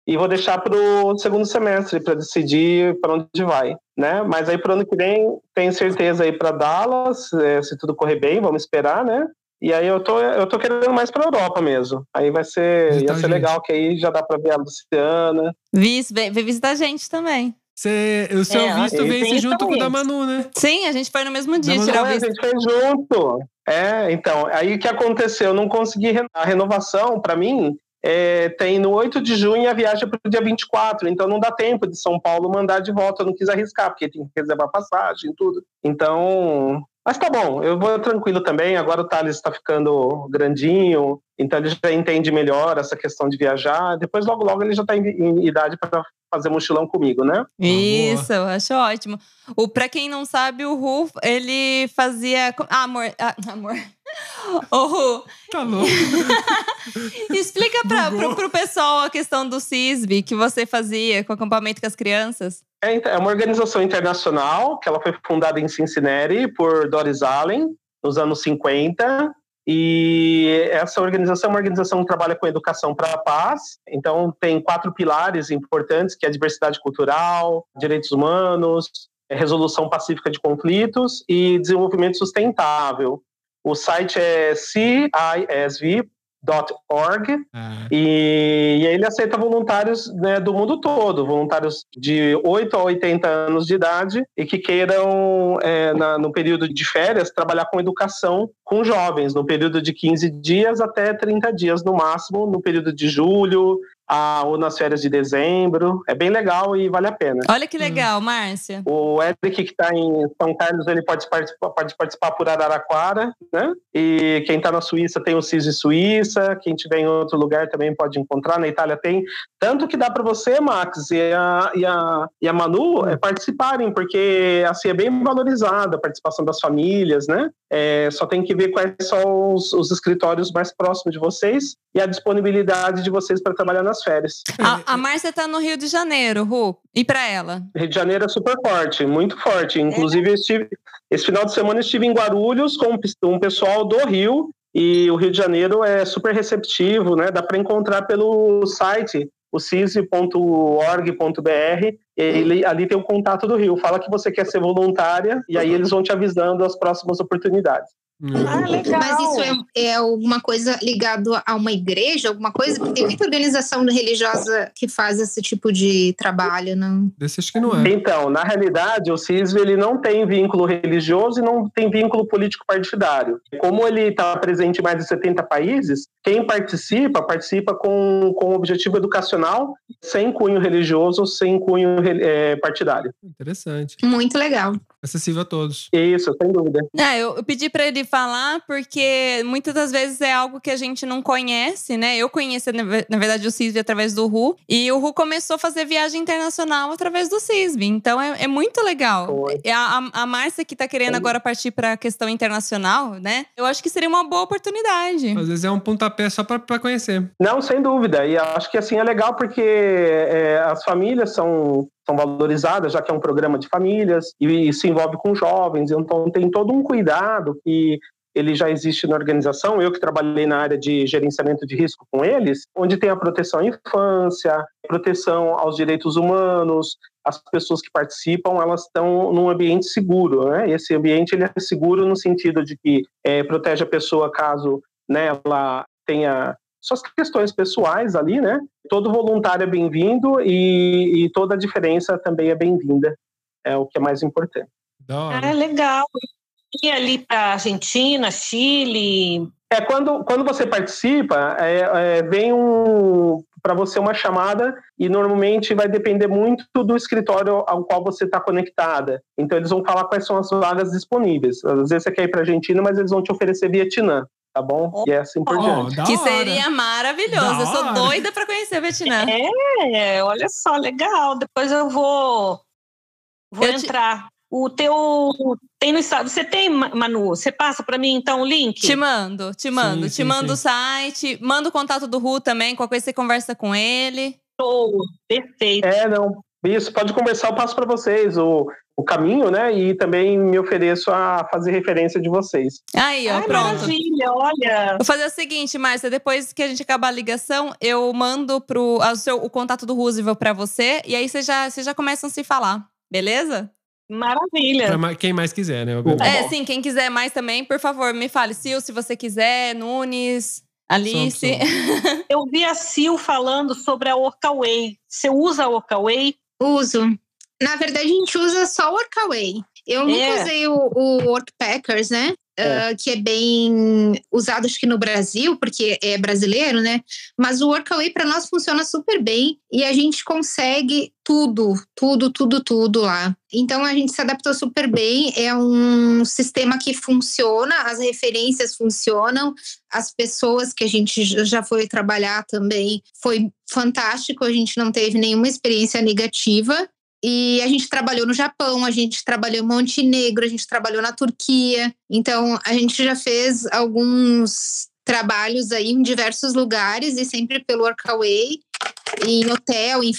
J: e vou deixar para o segundo semestre para decidir para onde vai, né? Mas aí para ano que vem tenho certeza aí para Dallas, eh, se tudo correr bem, vamos esperar, né? E aí eu tô eu tô querendo mais para Europa mesmo. Aí vai ser
B: Então,
J: ia ser
B: gente.
J: legal que aí já dá para ver a Luciana,
A: Vis, vem, vem visitar a gente também.
B: Você- o seu
G: É,
B: visto
J: eu
B: vence
G: tenho
B: junto com o da
G: também.
B: Manu, né?
A: Sim, a gente foi no mesmo dia
B: Vamos
A: tirar o
J: Não,
A: visto.
J: A gente fez junto. É, então, aí o que aconteceu? Eu não consegui re- a renovação, para mim, é, tem no 8 de junho a viagem para o dia 24, então não dá tempo de São Paulo mandar de volta, eu não quis arriscar, porque tem que reservar passagem e tudo. Então, Mas tá bom, eu vou tranquilo também. Agora o Thales está ficando grandinho, então ele já entende melhor essa questão de viajar. Depois, logo, logo, ele já está em, em idade para fazer mochilão comigo, né?
A: Isso, eu acho ótimo. O, pra quem não sabe, o Ru, ele fazia. co- Ah, amor. ah, amor. Ô, Ru.
B: Tá louco.
A: Explica pra, pro, pro pessoal a questão do CISB que você fazia com o acampamento com as crianças.
J: É, inter- é uma organização internacional que ela foi fundada em Cincinnati por Doris Allen nos anos 50. E essa organização é uma organização que trabalha com educação para a paz. Então tem quatro pilares importantes, que é diversidade cultural, direitos humanos, é, resolução pacífica de conflitos e desenvolvimento sustentável. O site é cisv.org,
B: Ah,
J: e, e aí ele aceita voluntários né, do mundo todo, voluntários de 8 a 80 anos de idade e que queiram, é, na- no período de férias, trabalhar com educação com jovens, no período de 15 dias até 30 dias no máximo, no período de julho a, ou nas férias de dezembro. É bem legal e vale a pena.
A: Olha
B: Hum.
A: que legal, Márcia.
J: O Eric, que está em São Carlos, ele pode participar, pode participar por Araraquara, né? E quem está na Suíça tem o CIS de Suíça, quem tiver em outro lugar também pode encontrar, na Itália tem. Tanto que dá para você, Max, e a, e a, e a Manu é, participarem, porque assim, é bem valorizada a participação das famílias, né? É, só tem que ver quais são os, os escritórios mais próximos de vocês e a disponibilidade de vocês para trabalhar nas férias.
A: A, a Márcia tá no Rio de Janeiro, Ru. E pra ela?
J: Rio de Janeiro é super forte, muito forte. Inclusive, eu estive, esse final de semana eu estive em Guarulhos com um pes- um pessoal do Rio, e o Rio de Janeiro é super receptivo, né? Dá para encontrar pelo site, o cise.org.br, ele, ali tem o contato do Rio. Fala que você quer ser voluntária, e aí eles vão te avisando as próximas oportunidades.
D: Mas isso é, é alguma coisa ligado a uma igreja, alguma coisa? Porque tem muita organização religiosa que faz esse tipo de trabalho, não?
B: Desse acho que não é.
J: Então, na realidade, o CISV ele não tem vínculo religioso e não tem vínculo político partidário. Como ele está presente em mais de 70 países, quem participa, participa com, com objetivo educacional, sem cunho religioso, sem cunho eh, partidário.
B: Interessante.
D: Muito legal.
B: Acessível a todos.
J: Isso, sem dúvida.
A: É, eu, eu pedi pra ele falar porque muitas das vezes é algo que a gente não conhece, né? Eu conheci, na ve- na verdade, o CISB através do Ru. E o Ru começou a fazer viagem internacional através do CISB. Então é, é muito legal. E a, a, a Márcia que tá querendo agora partir pra questão internacional, né? Eu acho que seria uma boa oportunidade.
B: Às vezes é um pontapé só pra, pra conhecer.
J: Não, sem dúvida. E acho que assim é legal porque eh, as famílias são, são valorizadas, já que é um programa de famílias e, se envolve com jovens. Então tem todo um cuidado que ele já existe na organização. Eu que trabalhei na área de gerenciamento de risco com eles, onde tem a proteção à infância, proteção aos direitos humanos. As pessoas que participam, elas estão num ambiente seguro, né? Esse ambiente ele é seguro no sentido de que eh, protege a pessoa caso né, ela tenha suas questões pessoais ali, né? Todo voluntário é bem-vindo e, e toda diferença também é bem-vinda. É o que é mais importante.
B: Da hora.
G: Ah,
D: É,
G: legal. E ali pra Argentina, Chile.
J: É quando, quando você participa, é, é, vem um, para você uma chamada e normalmente vai depender muito do escritório ao qual você está conectada. Então eles vão falar quais são as vagas disponíveis. Às vezes você quer ir para Argentina, mas eles vão te oferecer Vietnã, tá bom? E é assim por diante.
A: que seria maravilhoso.
J: Da
A: Eu sou
J: hora.
A: doida pra conhecer o Vietnã.
G: É, olha só, legal. Depois eu vou, vou entrar. O teu. Tem no estado. Você tem, Ma- Manu? Você passa pra mim então o link?
A: Te mando, te mando.
G: Sim,
A: te
G: sim,
A: mando
G: sim.
A: o site, manda o contato do Ru também, qualquer coisa você conversa com ele.
G: perfeito.
J: É, não. Isso, pode conversar, eu passo para vocês o, o caminho, né? E também me ofereço a fazer referência de vocês.
A: Aí, ó, pronto.
G: Maravilha, olha.
A: Vou fazer o seguinte, Márcia, depois que a gente acabar a ligação, eu mando pro, a- o, seu- o contato do Roosevelt pra você, e aí vocês já, vocês já começam a se falar, beleza?
G: Maravilha.
B: Pra ma- quem mais quiser, né? obviamente.
A: É, sim, quem quiser mais também, por favor, me fale. Sil, se você quiser, Nunes, Alice.
G: Eu vi a Sil falando sobre a Workaway. Você usa a Workaway?
D: Uso. Na verdade, a gente usa só o Workaway. Eu nunca
G: É.
D: usei o, o Work Packers, né? ah, que é bem usado, acho que no Brasil, porque é brasileiro, né? Mas o Workaway para nós funciona super bem e a gente consegue tudo, tudo, tudo, tudo lá. Então a gente se adaptou super bem. É um sistema que funciona, as referências funcionam, as pessoas que a gente j- já foi trabalhar também foi fantástico. A gente não teve nenhuma experiência negativa. E a gente trabalhou no Japão, a gente trabalhou em Montenegro, a gente trabalhou na Turquia. Então, a gente já fez alguns trabalhos aí em diversos lugares e sempre pelo Workaway, em hotel, em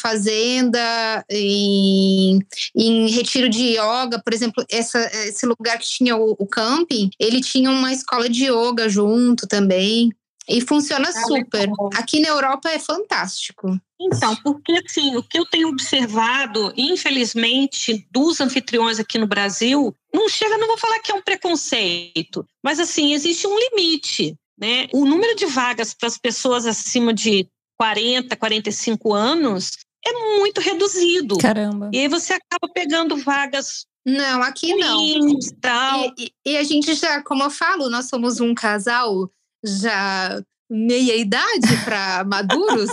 D: fazenda, em, em retiro de yoga, por exemplo, essa- esse lugar que tinha o, o camping, ele tinha uma escola de yoga junto também. E funciona super. Aqui na Europa é fantástico.
J: Então, porque assim, o que eu tenho observado, infelizmente, dos anfitriões aqui no Brasil, não chega, não vou falar que é um preconceito, mas assim, existe um limite, né? O número de vagas para as pessoas acima de 40, 45 anos é muito reduzido.
A: Caramba.
J: E aí você acaba pegando vagas
D: Não, aqui não.
J: ruins, tal.
D: E, e- e a gente já, como eu falo, nós somos um casal já meia idade para maduros.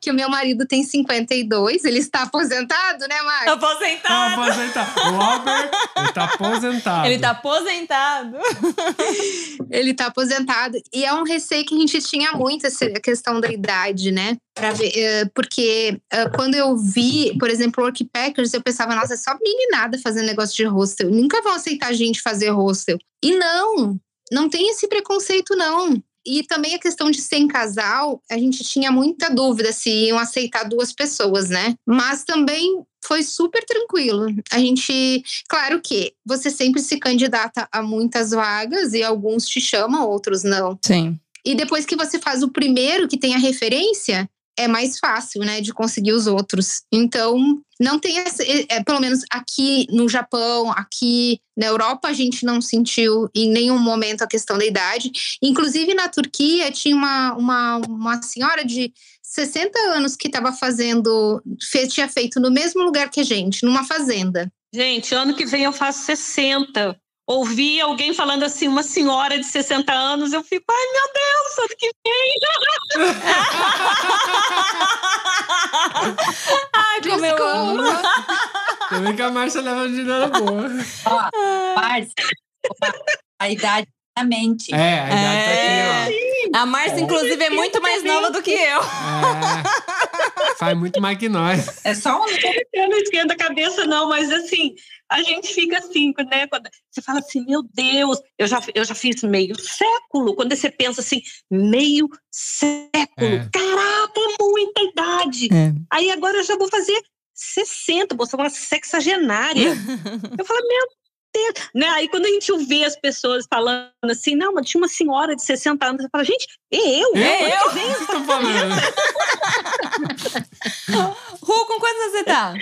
D: que o meu marido tem 52, ele está aposentado, né, Marcos?
A: Aposentado.
B: Tá aposentado. O Albert ele tá aposentado.
A: Ele tá aposentado.
D: Ele tá aposentado. E é um receio que a gente tinha muito, essa questão da idade, né? Pra ver, eh, porque eh, quando eu vi, por exemplo, o Work Packers, eu pensava, nossa, é só meninada fazendo negócio de hostel. Nunca vão aceitar a gente fazer hostel. E não, não tem esse preconceito, não. E também a questão de ser em casal, a gente tinha muita dúvida se iam aceitar duas pessoas, né? Mas também foi super tranquilo. A gente Claro que você sempre se candidata a muitas vagas e alguns te chamam, outros não.
A: Sim.
D: E depois que você faz o primeiro que tem a referência, é mais fácil, né, de conseguir os outros. Então, não tem essa, é, é, pelo menos aqui no Japão, aqui na Europa, a gente não sentiu em nenhum momento a questão da idade. Inclusive na Turquia tinha uma, uma, uma senhora de 60 anos que estava fazendo, fe- tinha feito no mesmo lugar que a gente, numa fazenda.
J: Gente, ano que vem eu faço 60. Ouvi alguém falando assim, uma senhora de 60 anos, eu fico, ai meu Deus, ano que vem.
A: Ai, como eu amo.
B: Também que a Márcia leva de nada boa.
G: Ó, Márcia, a idade na mente.
B: É, a idade tá aqui,
A: A Márcia, inclusive, é muito mais nova do que eu.
B: ó. É. Faz muito mais que nós.
G: É só um
J: Eu não esquento a cabeça, não, mas assim, a gente fica assim, né? Quando você fala assim, meu Deus, eu já, eu já fiz meio século. Quando você pensa assim, meio século,
B: É.
J: caraca, é muita idade.
A: É.
J: Aí agora eu já vou fazer 60, vou ser uma sexagenária. eu falo, meu Deus. Né? Aí quando a gente vê as pessoas falando assim, não, mas tinha uma senhora de 60 anos, eu falo, gente, é eu?
A: É
J: Ano que
A: eu?
J: vem
B: Tô falando.
A: Ru, com quantos anos você tá?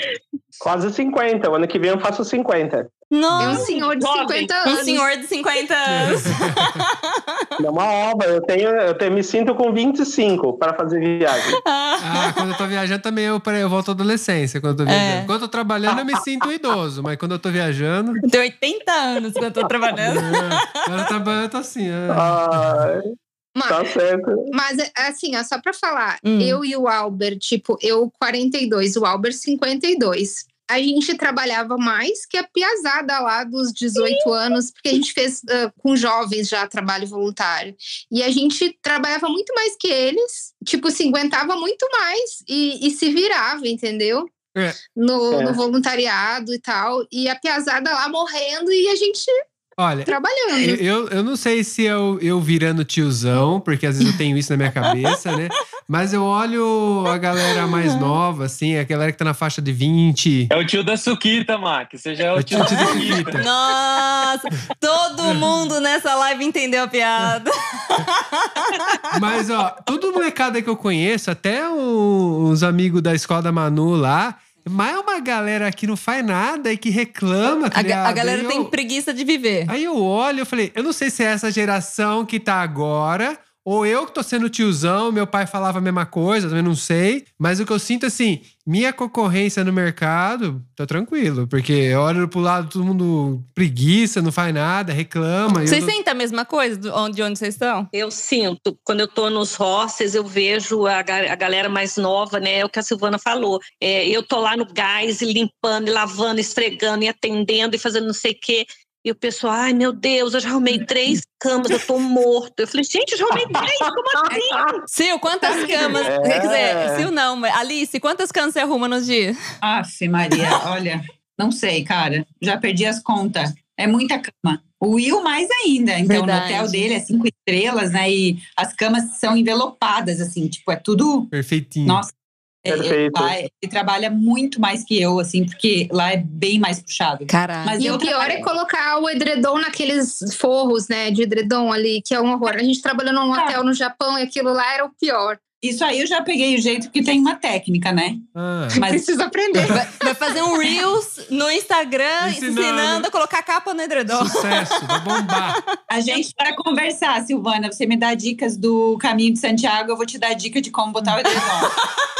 I: Quase 50. O ano que vem eu faço 50.
D: É um
A: Nossa,
D: senhor de
J: jovem.
D: 50 anos.
A: um senhor de 50 anos.
I: É uma obra. Eu, tenho, eu tenho- me sinto com 25 para fazer viagem.
B: Ah, quando eu tô viajando também eu, peraí, eu volto à adolescência. Quando eu tô viajando.
A: É.
B: Quando eu tô trabalhando, eu me sinto idoso, mas quando eu tô viajando.
A: Tem 80 anos que eu tô
B: é,
A: trabalhando.
B: Quando eu tô trabalhando, eu tô assim. é.
I: Ah,
D: Mas,
I: tá certo.
D: mas, assim, ó, só pra falar,
A: Hum.
D: eu e o Albert, tipo, eu 42, o Albert 52. A gente trabalhava mais que a piazada lá dos 18 anos, porque a gente fez ah, com jovens já trabalho voluntário. E a gente trabalhava muito mais que eles, tipo, se aguentava muito mais e, e se virava, entendeu?
B: É.
D: No,
I: É.
D: no voluntariado e tal. E a piazada lá morrendo e a gente É.
B: Olha,
D: trabalhando.
B: Eu, eu, eu não sei se eu, eu virando tiozão, porque às vezes eu tenho isso na minha cabeça, né? Mas eu olho a galera mais nova, assim, a galera que tá na faixa de 20.
E: É o tio da Suquita, Mac. Você já é
B: Eu
E: o
B: te
E: tio da Suquita.
B: fita.
A: Nossa, todo mundo nessa live entendeu a piada.
B: Mas, ó, todo molecada que eu conheço, até o- os amigos da escola da Manu lá, mas é uma galera que não faz nada e que reclama. tá
A: A, ga- a
B: ligado? Aí
A: galera
B: eu- Ah,
A: tem preguiça de viver.
B: Aí eu olho, eu falei, eu não sei se é essa geração que tá agora Ou eu que tô sendo tiozão, meu pai falava a mesma coisa, também não sei. Mas o que eu sinto, assim, minha concorrência no mercado, tá tranquilo. Porque eu olho pro lado, todo mundo preguiça, não faz nada, reclama. e eu
A: Vocês
B: tô-
A: sentem a mesma coisa do- onde- de onde vocês estão?
J: Eu sinto, quando eu tô nos hostels, eu vejo a, ga- a galera mais nova, né? É o que a Silvana falou. É, eu tô lá no gás, e limpando, e lavando, e esfregando, e atendendo, e fazendo não sei o quê. E o pessoal, ai meu Deus, eu já arrumei três camas, eu tô morto. Eu falei, gente, eu já arrumei três, como assim?
A: Sil, quantas camas?
J: É.
A: Quer dizer, Sil não, mas Alice, quantas camas você arruma nos dias?
G: Aff, Maria, olha, não sei, cara. Já perdi as contas. É muita cama. O Will mais ainda. Então,
A: Verdade.
G: no hotel dele é cinco estrelas, né? E as camas são envelopadas, assim, tipo, é tudo.
B: Perfeitinho.
G: Nossa. é- é-
B: Perfeito.
G: lá é- ele trabalha muito mais que eu, assim, porque lá é bem mais puxado.
A: Caralho.
G: Mas
D: e
G: eu
D: o pior
G: trabalho-
D: é colocar o edredom naqueles forros, né, de edredom ali, que é um horror. A gente trabalhou num
G: É.
D: hotel no Japão e aquilo lá era o pior.
G: Isso aí eu já peguei o jeito que tem uma técnica, né?
B: Ah,
G: Mas-
D: Precisa aprender.
A: Vai, vai fazer um Reels no Instagram ensinando,
G: Ensinando.
A: a colocar capa no edredom.
B: Sucesso, vai bombar.
G: A gente para conversar, Silvana, você me dá dicas do caminho de Santiago, eu vou te dar dica de como botar o edredom.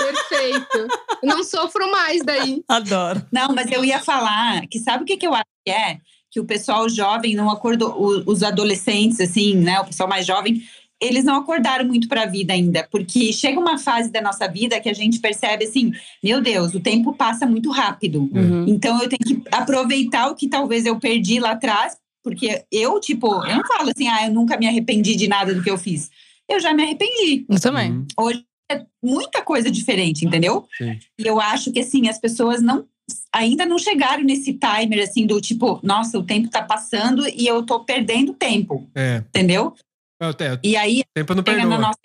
D: Perfeito. Não sofro mais daí.
A: Adoro.
G: Não, mas eu ia falar que sabe o que, que eu acho que é? Que o pessoal jovem não acordou, o- os adolescentes, assim, né? O pessoal mais jovem, eles não acordaram muito para a vida ainda, porque chega uma fase da nossa vida que a gente percebe assim: meu Deus, o tempo passa muito rápido.
B: Uhum.
G: Então eu tenho que aproveitar o que talvez eu perdi lá atrás, porque eu, tipo, eu não falo assim, ah, eu nunca me arrependi de nada do que eu fiz. Eu já me arrependi.
A: Eu também.
B: Uhum.
G: Hoje é muita coisa diferente, entendeu?
B: Sim.
G: E eu acho que assim, as pessoas não ainda não chegaram nesse timer assim do tipo, nossa, o tempo tá passando e eu tô perdendo tempo,
B: É.
G: entendeu?
B: Eu te- eu-
G: E aí
B: tempo não
G: chega
B: perdoa.
G: na nossa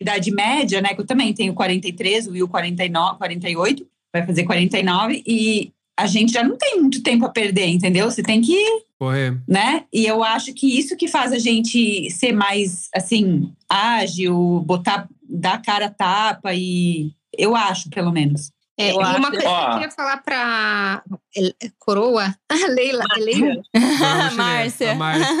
G: idade média, né, que eu também tenho 43, o Will 49, 48, vai fazer 49 e a gente já não tem muito tempo a perder, entendeu? Você tem que
B: Correr.
G: né? E eu acho que isso que faz a gente ser mais, assim, ágil, botar, dar a cara a tapa e... Eu acho, pelo menos.
D: É, e
G: Eu
D: uma
G: acho-
D: coisa que eu
G: Ó.
D: queria falar pra El- Coroa, a Leila, é Leila?
B: Vamos, Márcia. A Márcia.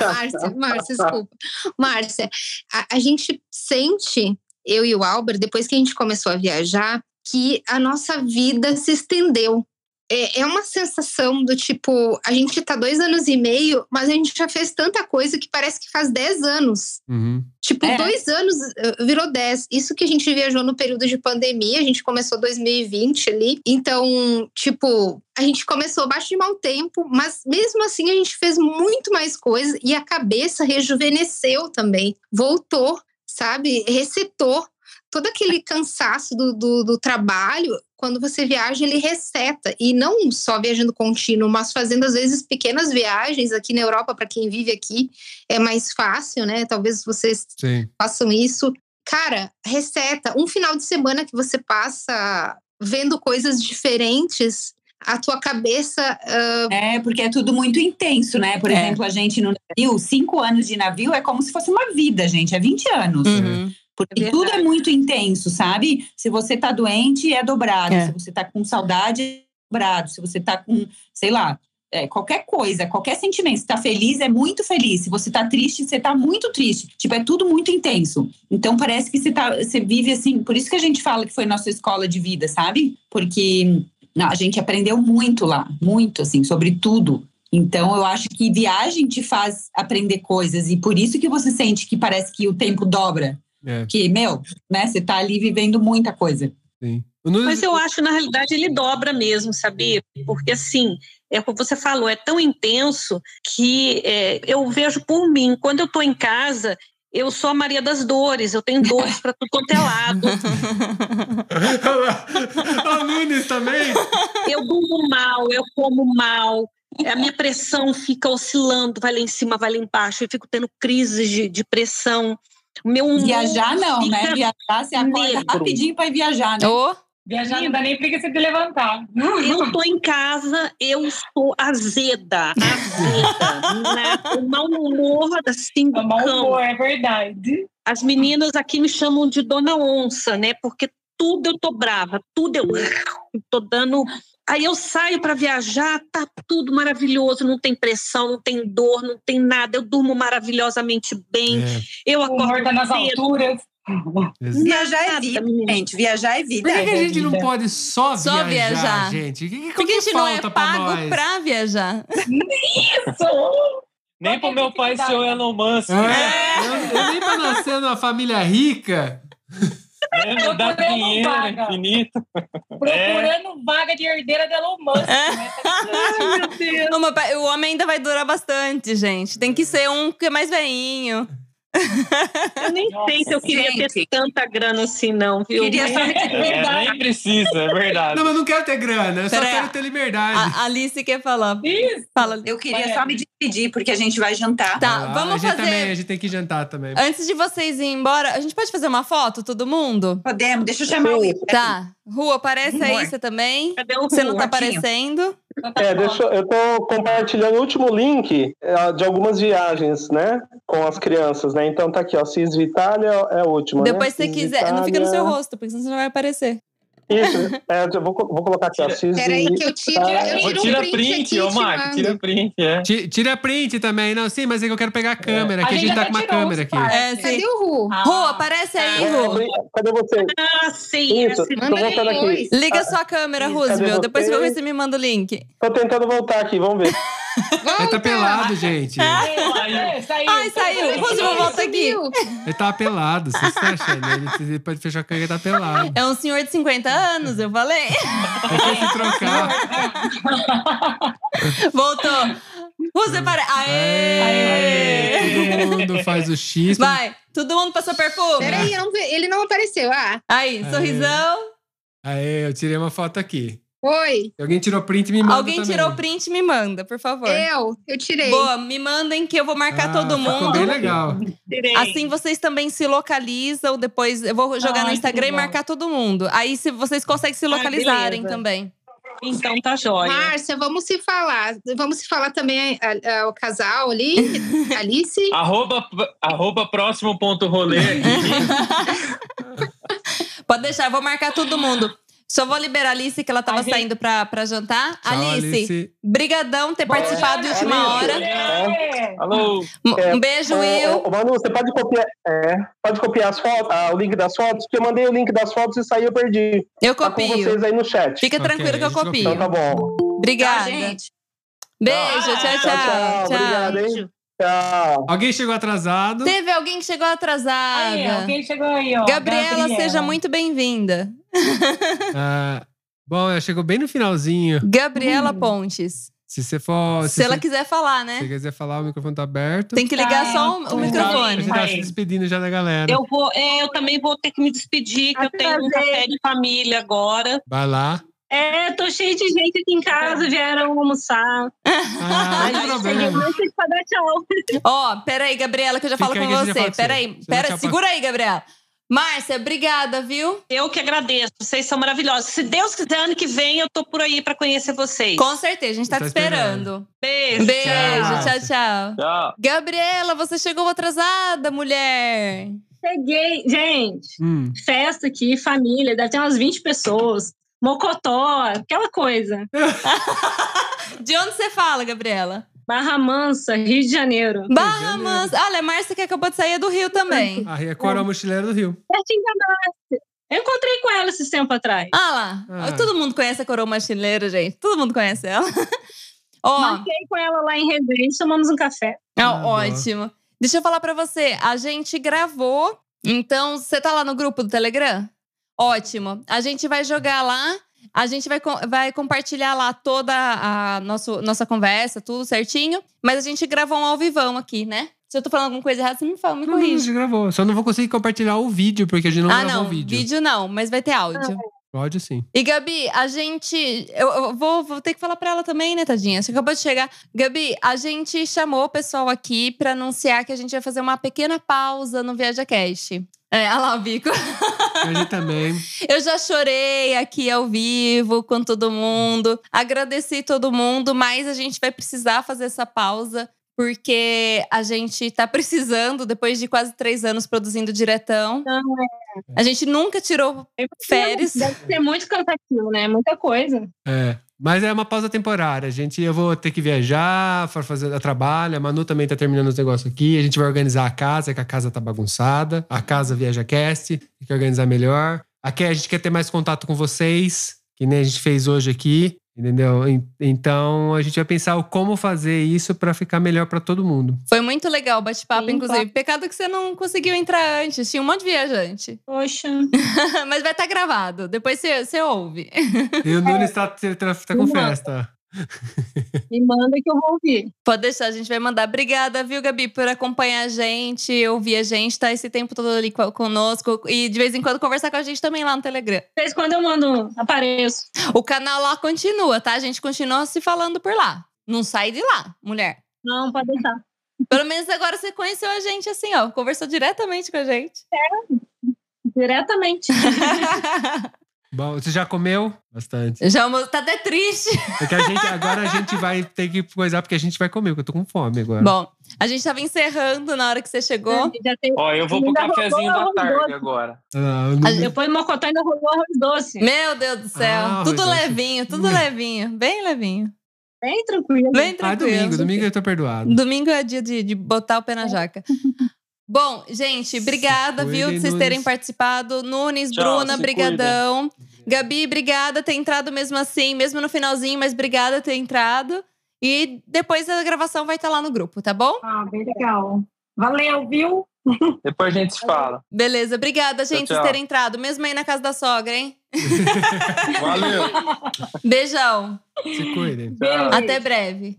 D: Márcia, Márcia, desculpa. Márcia, a, a gente sente, eu e o Albert, depois que a gente começou a viajar, que a nossa vida se estendeu. É, é uma sensação do tipo, a gente tá dois anos e meio, mas a gente já fez tanta coisa que parece que faz dez anos.
B: Uhum.
D: Tipo, dois anos eh, virou dez. Isso que a gente viajou no período de pandemia, a gente começou 2020 ali. Então, tipo, a gente começou abaixo de mau tempo, mas mesmo assim a gente fez muito mais coisas e a cabeça rejuvenesceu também. Voltou, sabe? Resetou. Todo aquele cansaço do, do, do trabalho, quando você viaja, ele reseta. E não só viajando contínuo, mas fazendo, às vezes, pequenas viagens aqui na Europa, para quem vive aqui, é mais fácil, né? Talvez vocês
B: Sim.
D: façam isso. Cara, receta. Um final de semana que você passa vendo coisas diferentes, a tua cabeça.
G: É, porque é tudo muito intenso, né? Por exemplo, a gente no navio, cinco anos de navio é como se fosse uma vida, gente. É 20 anos.
A: Uhum.
G: Porque tudo é muito intenso, sabe? Se você tá doente, é dobrado.
A: É.
G: Se você tá com saudade, é dobrado. Se você tá com, sei lá, é, qualquer coisa, qualquer sentimento. Se tá feliz, é muito feliz. Se você tá triste, você tá muito triste. Tipo, é tudo muito intenso. Então parece que você, tá, você vive assim. Por isso que a gente fala que foi nossa escola de vida, sabe? Porque não, a gente aprendeu muito lá, muito, assim, sobre tudo. Então, eu acho que viagem te faz aprender coisas, e por isso que você sente que parece que o tempo dobra.
B: É.
G: Que, meu, né, você tá ali vivendo muita coisa.
B: Sim. Não-
J: Mas eu acho, na realidade, ele dobra mesmo, sabia? Porque, assim, é como você falou, é tão intenso que é, eu vejo por mim. Quando eu estou em casa, eu sou a Maria das Dores, eu tenho dores para tudo quanto é lado.
B: o Nunes também?
J: Eu durmo mal, eu como mal. A minha pressão fica oscilando, vai lá em cima, vai lá embaixo. Eu fico tendo crises de, de pressão. O Meu humor
G: Viajar não, né?
J: um fica
G: Viajar, você acorda
J: negro.
G: rapidinho pra ir viajar, né?
A: Ô.
H: Viajar não dá nem preguiça de levantar.
J: Eu tô em casa, eu sou azeda, azeda, né? O mau humor, assim, do
H: mau
J: cão.
H: humor, é verdade.
J: As meninas aqui me chamam de dona onça, né? Porque tudo eu tô brava, tudo eu tô dando
G: Aí eu saio para viajar, tá tudo maravilhoso, não tem pressão, não tem dor, não tem nada. Eu durmo maravilhosamente bem.
B: É.
G: Eu acordo
O: tá nas
G: cedo.
O: alturas.
P: Viajar é vida, gente. Viajar é vida.
B: Por que, que a gente não pode só,
A: Só viajar.
B: viajar, gente? O que, que,
A: Por que a gente não é
B: falta pra
A: pago
B: nós?
A: pra viajar?
O: Isso!
E: Nem pro meu pai ser o Elon Musk. né?
B: É, eu, eu nem pra nascer numa família rica.
E: né? Me dá
O: Procurando
E: dinheiro
O: vaga.
E: infinito.
O: Procurando vaga de herdeira de Elon Musk.
G: Ai, meu Deus.
A: Não, mas pa- o homem ainda vai durar bastante, gente. Tem que ser um que é mais veinho.
G: Eu nem sei se eu queria ter
P: gente.
G: tanta grana assim, não, viu?
P: Queria
G: Mas-
P: só
E: É, nem precisa, é verdade.
B: Não, mas eu não quero ter grana, eu só
A: Pera aí. Ah,
B: quero ter liberdade.
A: A Alice quer falar.
O: Isso.
A: Fala, Alice.
P: Eu queria só me despedir, porque a gente vai jantar.
A: Tá,
B: Ah, a
A: vamos
B: gente Também, a
A: fazer.
B: gente tem que jantar também.
A: Antes de vocês irem embora, a gente pode fazer uma foto, todo mundo?
P: Podemos, deixa eu chamar o Igor.
A: Tá. Ru, aparece aí
P: Amor.
A: você também.
G: Cadê o
A: Você não tá
G: Ru?
A: aparecendo.
J: É, deixa, eu eu tô compartilhando o último link eh, de algumas viagens, né? Com as crianças, né? Então tá aqui, ó. Cis Vitalia é a última.
A: Depois,
J: né?
A: se você
J: Cis
A: quiser. Não fica no seu
J: Vitalia.
A: rosto, porque senão você não vai aparecer.
J: Isso, é, eu vou, co- vou colocar aqui, ó. Cis
D: Peraí, que eu tiro, eu
E: Ô,
D: tiro
E: tira
D: um print,
E: print,
D: aqui,
E: ô
D: te
E: Marco,
D: mando.
E: tira print, é.
B: Ti- Tira print também, não, sim, mas é que eu quero pegar a câmera,
O: A
B: que a
O: gente
B: gente tá
O: até
B: com uma
O: tirou os
B: câmera aqui.
O: pais.
A: É, sim.
D: Cadê o Ru?
A: Ru, aparece aí, Ru.
J: Cadê, cadê você?
G: Ah, sim,
J: Isso,
G: essa-
J: tô voltando aqui.
A: Liga sua câmera, Roosevelt.
J: você?
A: Depois você vai- você me manda o link.
J: Tô tentando voltar aqui, vamos ver.
B: Ele tá pelado, gente. Ele
O: Ei, saiu.
A: Ai, saiu. Roosevelt, volta aqui.
B: tá pelado, vocês estão achando? Ele, ele pode fechar a câmera, ele tá pelado.
A: É um senhor de 50 anos, eu falei.
B: Ele quer se trocar.
A: Voltou. Você para. Aê!
B: Aê, todo mundo faz o X.
A: Vai, todo mundo passou perfume.
D: Peraí, eu não ve- ele não apareceu. Ah,
A: Aí,
B: Aê.
A: sorrisão.
B: Aê, eu tirei uma foto aqui.
D: oi.
B: Se Alguém tirou print, me manda
A: Alguém
B: também.
A: tirou o print, me manda, por favor.
D: Eu, eu tirei.
A: Boa, me mandem que eu vou marcar
B: Ah,
A: todo
B: Ficou bem
A: mundo.
B: legal.
G: tirei.
A: Assim vocês também se localizam. Depois eu vou jogar
O: Ai,
A: no
O: que
A: Instagram e
O: legal.
A: marcar todo mundo. Aí se vocês conseguem se localizarem
G: beleza.
A: também.
G: Então tá jóia.
D: Márcia, vamos se falar. Vamos se falar também a- a- o casal ali, Alice.
E: Arroba, arroba próximo ponto rolê aqui.
A: Pode deixar, eu vou marcar todo mundo. Só vou liberar a Alice, que ela tava
O: Alice.
A: saindo pra, pra jantar.
B: Tchau,
A: Alice,
B: Alice.
A: brigadão ter participado de última
J: Alice.
A: hora.
O: É.
E: Alô,
A: Um beijo, Will.
J: Ô, ô, Manu, você pode copiar, é, pode copiar as fotos, ah, o link das fotos? Porque eu mandei o link das fotos e saiu, eu perdi.
A: Eu
J: Tá com
A: copio.
J: vocês aí no chat.
A: Fica
B: Ok,
A: tranquilo que
B: a
A: eu
B: gente copia.
A: copio.
J: Então tá bom.
A: Obrigada.
G: Tá,
P: Tchau, gente.
A: Beijo, tchau,
J: Tchau,
A: tchau.
J: tchau.
A: tchau.
J: Obrigado, hein? Tchau.
B: Alguém chegou atrasado.
A: Teve alguém que chegou atrasada.
O: Aí, alguém chegou aí, ó.
A: Gabriela, seja muito bem-vinda.
B: Ah, bom, ela chegou bem no finalzinho.
A: Gabriela Pontes.
B: Se você for.
A: Se ela
B: você,
A: quiser falar,
B: se
A: né?
B: você quiser falar, o microfone tá aberto.
A: Tem que ligar
O: Tá,
A: só o, o
O: tá.
B: A gente tá- A
A: microfone.
B: gente tá se despedindo já da galera.
G: Eu vou, é, eu também vou ter que me despedir, que eu tenho um café de família agora. Tá.
B: Vai lá.
G: É, tô cheio de gente aqui em casa, vieram almoçar.
B: Ah, não tem
G: cheguei
B: problema.
G: mais cedo pra dar tchau.
A: Ó, peraí, Gabriela, que eu já
B: Fica
A: falo
B: aí
A: com
B: que a gente já
A: você.
B: fala com você.
A: Peraí,
B: Você
A: pera,
B: vai te
A: segura aí, Gabriela. Márcia, obrigada, viu?
G: Eu que agradeço, vocês são maravilhosos. Se Deus quiser, ano que vem eu tô por aí pra conhecer vocês.
A: Com certeza, a gente tá,
B: Tá
A: te esperando.
B: esperando.
G: Beijo.
A: Beijo,
B: Tchau,
A: tchau, tchau.
E: tchau.
A: Gabriela, você chegou atrasada, mulher.
G: Cheguei, gente.
B: Hum.
G: Festa aqui, família, deve ter umas 20 pessoas. Mocotó, aquela coisa.
A: De onde você fala, Gabriela?
G: Barra Mansa, Rio de Janeiro.
A: Barra
B: Janeiro.
A: Mansa. Olha, a Márcia que acabou de sair é do Rio também.
B: Ah, e a Coral Mochileira do Rio.
G: Pertinho da Márcia. Eu encontrei com ela esse tempo atrás.
A: Ah lá.
B: Ah.
A: Todo mundo conhece a coroa machineira, gente. Todo mundo conhece ela. Ó,
G: Marquei com ela lá em Resende, tomamos um café.
A: é
B: Ah, boa.
A: ótimo. Deixa eu falar pra você. A gente gravou. Então, você tá lá no grupo do Telegram? Ótimo. A gente vai jogar lá. A gente vai, co- vai compartilhar lá toda a nosso, nossa conversa, tudo certinho. Mas a gente gravou um ao vivão aqui, né? Se eu tô falando alguma coisa errada, você me fala, me
B: Não, não, a
A: corrige.
B: gente gravou. Só não vou conseguir compartilhar o vídeo, porque a gente não
A: ah,
B: gravou
A: não.
B: o vídeo.
A: vídeo não, mas vai ter áudio.
B: O áudio sim.
A: E Gabi, a gente. Eu, eu vou, vou ter que falar pra ela também, né, tadinha? Você acabou de chegar. Gabi, a gente chamou o pessoal aqui pra anunciar que a gente vai fazer uma pequena pausa no Viaja Cast. É, olha lá o bico.
B: A gente também.
A: Eu já chorei aqui ao vivo com todo mundo. Agradeci todo mundo, mas a gente vai precisar fazer essa pausa porque a gente tá precisando, depois de quase três anos produzindo diretão. A gente nunca tirou férias.
Q: Deve ser muito cansativo, né? Muita coisa.
B: É. Mas é uma pausa temporária. A gente, eu vou ter que viajar para fazer a trabalho. A Manu também tá terminando os negócios aqui. A gente vai organizar a casa, que a casa tá bagunçada. A casa viaja cast, tem que organizar melhor. Aqui a gente quer ter mais contato com vocês, que nem a gente fez hoje aqui, entendeu? En- Então a gente vai pensar o como fazer isso para ficar melhor para todo mundo.
A: Foi muito legal o bate-papo, inclusive. Pecado que você não conseguiu entrar antes. Tinha um monte de viajante.
Q: Poxa.
A: Mas vai estar gravado. Depois você, você ouve.
B: E o Nunes tá, tá- tá com festa.
Q: Me manda que eu vou ouvir.
A: Pode deixar, a gente vai mandar. Obrigada, viu, Gabi, por acompanhar a gente, ouvir a gente, tá esse tempo todo ali co- conosco. E de vez em quando conversar com a gente também lá no Telegram. De
Q: vez em quando eu mando,
G: um,
Q: apareço.
A: O canal lá continua, tá? A gente continua se falando por lá. Não sai de lá, mulher.
Q: Não, pode deixar.
A: Pelo menos agora você conheceu a gente assim, ó. Conversou diretamente com a gente.
Q: É, diretamente.
G: Tá
B: Bom, você já comeu? Bastante.
A: Já almo- tá até triste.
B: É que a gente, agora a gente vai ter que coisar, porque a gente vai comer, porque eu tô com fome agora.
A: Bom, a gente tava encerrando na hora que você chegou.
E: Ó, eu vou pro cafezinho da tarde agora.
B: Ah,
Q: Depois o Mocotó ainda rolou arroz doce.
A: Meu Deus do céu.
B: Ah,
A: tudo
B: arroz doce.
A: levinho, tudo levinho. Bem levinho.
Q: Bem tranquilo.
A: Bem
B: Ah,
A: tranquilo.
B: domingo, né? É. domingo eu tô perdoado.
A: Domingo é dia de, de botar o pé na jaca. Bom, gente, obrigada,
B: cuidem,
A: viu, de vocês terem
B: Nunes.
A: participado. Nunes,
B: Tchau,
A: Bruna,
B: se
A: brigadão. Gabi, obrigada ter entrado mesmo assim, mesmo no finalzinho, mas obrigada ter entrado. E depois a gravação vai estar lá no grupo, tá bom?
Q: Ah, bem legal. Valeu, viu?
E: Depois a gente se fala.
A: Beleza, obrigada, gente,
E: Tchau,
A: por
E: tchau.
A: terem entrado, mesmo aí na casa da sogra, hein?
E: Valeu.
A: Beijão.
B: Se cuidem.
A: Até breve.